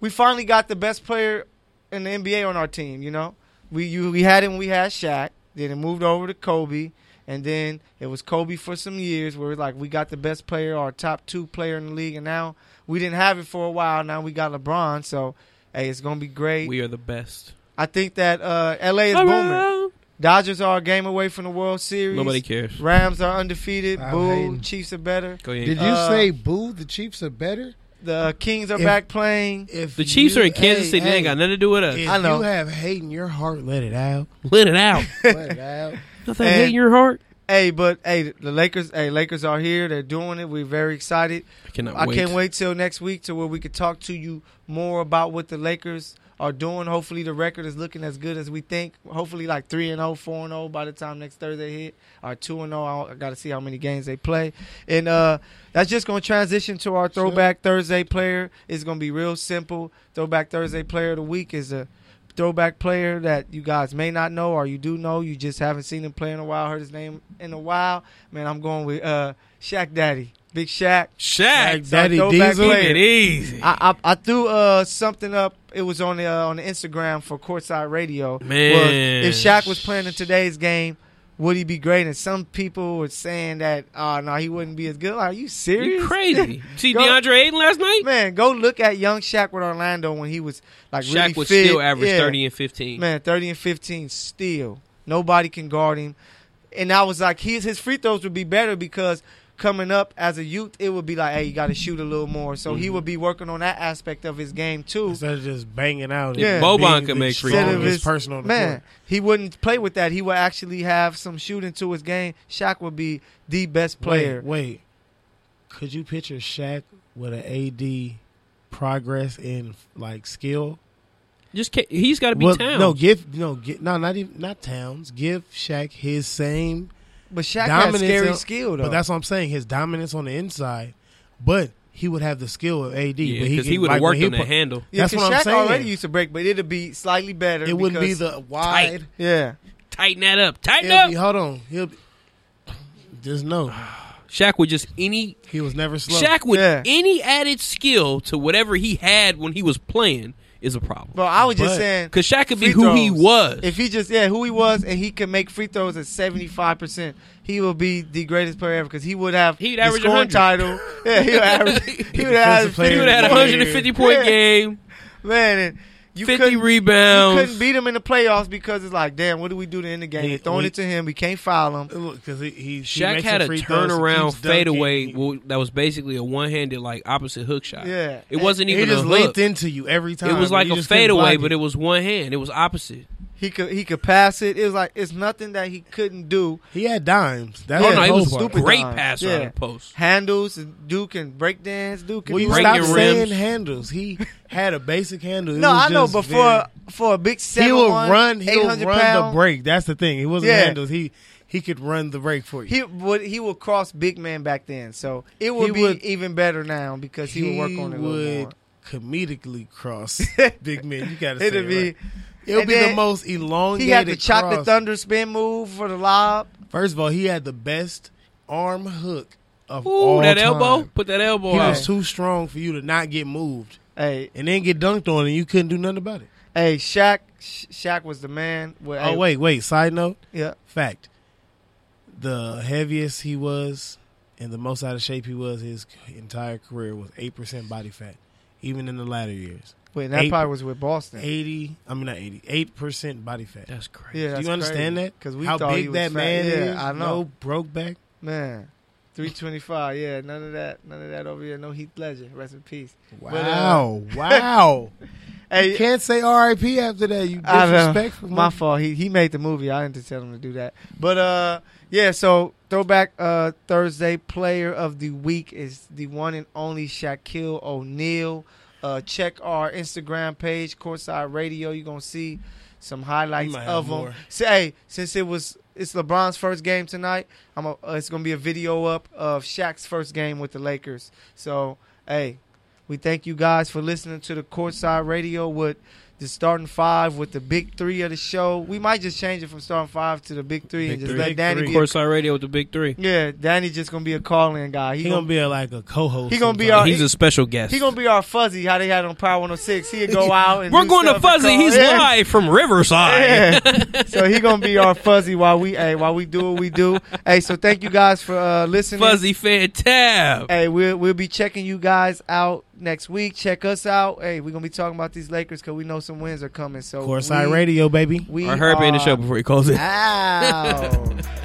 C: we finally got the best player in the NBA on our team. You know, we you, we had him. We had Shaq. Then it moved over to Kobe, and then it was Kobe for some years. Where like we got the best player, our top two player in the league, and now we didn't have it for a while. Now we got LeBron. So hey, it's gonna be great.
D: We are the best.
C: I think that uh, LA is booming. Dodgers are a game away from the World Series.
D: Nobody cares.
C: Rams are undefeated.
A: I'm
C: Boo.
A: hating.
C: Chiefs are better.
D: Go ahead.
A: did you
C: Uh,
A: say boo? The Chiefs are better.
C: The uh, Kings are
A: If-
C: back playing.
A: If
D: the Chiefs
A: you-
D: are in Kansas
A: hey,
D: City. They ain't
A: hey,
D: got nothing to do with us.
A: If
C: I know.
A: you have hate in your heart, let it out.
D: Let it out.
A: Let it out.
D: Nothing
C: And-
D: hate in your heart.
C: Hey, but hey, the Lakers. Hey, Lakers are here. They're doing it. We're very excited.
D: I cannot
C: I
D: wait.
C: can't wait till next week to where we can talk to you more about what the Lakers are doing. Hopefully, the record is looking as good as we think. Hopefully, like three and 4 and zero by the time next Thursday hit, or two and zero. I got to see how many games they play, and uh, that's just going to transition to our Throwback Thursday player. It's going to be real simple. Throwback Thursday player of the week is a throwback player that you guys may not know or you do know. You just haven't seen him play in a while, heard his name in a while. Man, I'm going with uh, Shaq Daddy, Big Shaq.
D: Shaq,
A: Shaq Daddy
C: throwback
A: Diesel.
C: player.
D: keep it easy.
C: I, I I threw uh something up. It was on the uh, on the Instagram for Courtside Radio.
D: Man.
C: Was if Shaq was playing in today's game, would he be great? And some people were saying that, oh no, he wouldn't be as good. Like, are you serious?
D: You crazy? See
C: Go-
D: DeAndre Ayton last night.
C: Man, go look at young Shaq with Orlando when he was like
D: Shaq
C: really
D: was
C: fit.
D: still average
C: Yeah.
D: thirty and fifteen.
C: Man, 30 and 15 still. Nobody can guard him. And I was like, his his free throws would be better because coming up as a youth, it would be like, hey, you got to shoot a little more. So
D: Mm-hmm.
C: he would be working on that aspect of his game too.
A: Instead of just banging out, and
C: Yeah.
D: Boban
A: being
D: can
A: the
D: make free
A: strongest
D: throws.
C: Instead of his-
A: person on the
C: Man,
A: court.
C: he wouldn't play with that. He would actually have some shooting to his game. Shaq would be the best player.
A: Wait, wait, could you picture Shaq with an AD progress in like skill?
D: Just ca- he's got to be
A: Well,
D: Towns.
A: No, give no, get, no, not even not Towns. Give Shaq his same,
C: But Shaq
A: Dominance
C: had scary
A: on-
C: skill though.
A: but that's what I'm saying. His dominance on the inside, but he would have the skill of AD.
D: Yeah,
A: but he,
D: because he,
A: can-
D: would have
A: like, when
D: worked
A: he
D: on the
A: put-
D: handle.
C: yeah,
A: that's
C: 'cause
A: what I'm
C: Shaq
A: saying.
C: already used to break, but it'd be slightly better.
A: It wouldn't be
C: because-
A: the wide.
C: yeah.
D: Tighten that up. Tighten
A: He'll
D: up.
A: be, hold on, he'll be, just know
D: Shaq would just any
A: he was never slow.
D: Shaq with
C: Yeah.
D: any added skill to whatever he had when he was playing is a problem.
C: But I was just
A: But-
C: saying
D: Because Shaq could be
C: free
D: who he
C: throws.
D: was.
C: If he just yeah, who he was, and he can make free throws at seventy five percent, he will be the greatest player ever because he would have
D: He'd
C: the
D: average
C: scoring
D: 100.
C: title. Yeah, he would average. He would
A: Defensive
C: have
A: player.
D: he would have had a
A: Yeah.
D: 150 point
C: Yeah.
D: game,
C: man. And you
D: 50
C: couldn't you
D: rebounds.
C: couldn't beat him in the playoffs because it's like, damn, what do we do to end the game?
A: Yeah,
C: They're throwing
A: we-
C: it to him. We can't foul him.
A: because he, he he
D: Shaq
A: makes
D: had
A: the
D: a
A: free throws, he
D: turnaround
A: keeps dunking,
D: fadeaway
A: he-
D: well, that was basically a one handed like opposite hook shot.
C: Yeah.
D: it wasn't
A: He
D: even a
A: just
D: hook.
A: linked into you every time.
D: It was like
A: You
D: a
A: just couldn't block
D: fadeaway, but it was one hand. It was opposite.
C: He could he could pass it. It was like it's nothing that he couldn't do.
A: He had dimes. That's
D: oh
A: the
D: no, he
A: whole
D: was
A: part.
D: a great
C: time.
D: passer
C: Yeah.
D: on the post.
C: Handles, Duke can break dance. Duke can
A: Will you
D: break
A: stop
D: your
A: saying
D: rims.
A: handles? He had a basic handle. It
C: No,
A: was
C: I know.
A: just
C: But
A: very-
C: for for a big seven,
A: he will run. He will
C: 800
A: run the
C: pound,
A: break. That's the thing. He wasn't
C: Yeah.
A: handles. He he could run the break for you.
C: He would he would cross big man back then, so it would
A: He
C: be
A: would-
C: even better now because he, would work on it a little more.
A: would comedically cross big men. You gotta say
C: It'd
A: it
C: be
A: right. It'll
C: and
A: be the
C: then
A: most elongated.
C: he had to chop the
A: cross.
C: thunder spin move for the lob.
A: First of all, he had the best arm hook of
D: Ooh,
A: all
D: that
A: time.
D: elbow! Put that elbow
A: He
D: out.
A: was too strong for you to not get moved
C: Hey,
A: and then get dunked on, and you couldn't do nothing about it.
C: hey, Shaq, Sh- Shaq was the man. With,
A: Oh wait, wait. Side note.
C: yeah,
A: Fact. The heaviest he was and the most out of shape he was his entire career was 8% body fat, even in the latter years.
C: wait, that
A: Eight-
C: probably was with Boston.
A: 80, I mean, not 80, 8% body fat.
D: That's crazy.
C: Yeah,
A: Do you understand that?
C: Because we
A: How
C: thought
A: big
C: he was
A: that
C: fat.
A: man
C: yeah,
A: is.
C: I know,
A: No broke back.
C: man. Three twenty five. Yeah, none of that. None of that over here. No Heath Ledger. Rest in peace. But, uh,
A: Wow. wow. You
C: Hey,
A: can't say RIP after that. You
C: I know.
A: disrespectful.
C: My
A: man.
C: fault. He he made the movie. I didn't tell him to do that. But uh, yeah. So throwback uh Thursday player of the week is the one and only Shaquille O'Neal. Uh, check our Instagram page, Courtside Radio. You're gonna see some highlights
A: We might
C: of
A: have
C: him.
A: more.
C: Say, hey, since it was it's LeBron's first game tonight, I'm a, uh, it's gonna be a video up of Shaq's first game with the Lakers. So hey, we thank you guys for listening to the Courtside Radio with the starting five with the big three of the show. We might just change it from starting five to the big three and
A: Big
C: just
A: three.
C: let
A: Big
C: Danny
A: three.
C: be. a-
D: Courtside radio with the big three.
C: yeah, Danny just gonna be a call-in guy. He,
A: He
C: gonna,
A: going to be a, like a co-host.
C: He gonna be
A: sometime.
C: our-
D: He's a special guest.
C: he gonna be our fuzzy. How they had on Power 106. He'd go out and
D: We're
C: do
D: going to
C: stuff and
D: Fuzzy.
C: call-
D: He's
C: Yeah.
D: live from Riverside.
C: Yeah. so he gonna be our fuzzy while we hey while we do what we do. Hey, so thank you guys for uh, listening.
D: Fuzzy Fed Tab.
C: Hey, we'll we'll be checking you guys out next week. Check us out. Hey, we're gonna be talking about these Lakers because we know some wins are coming. So
A: Courtside
C: we-
A: Radio, baby.
C: We
D: Or her being the
C: are
D: show before he calls it.
C: out.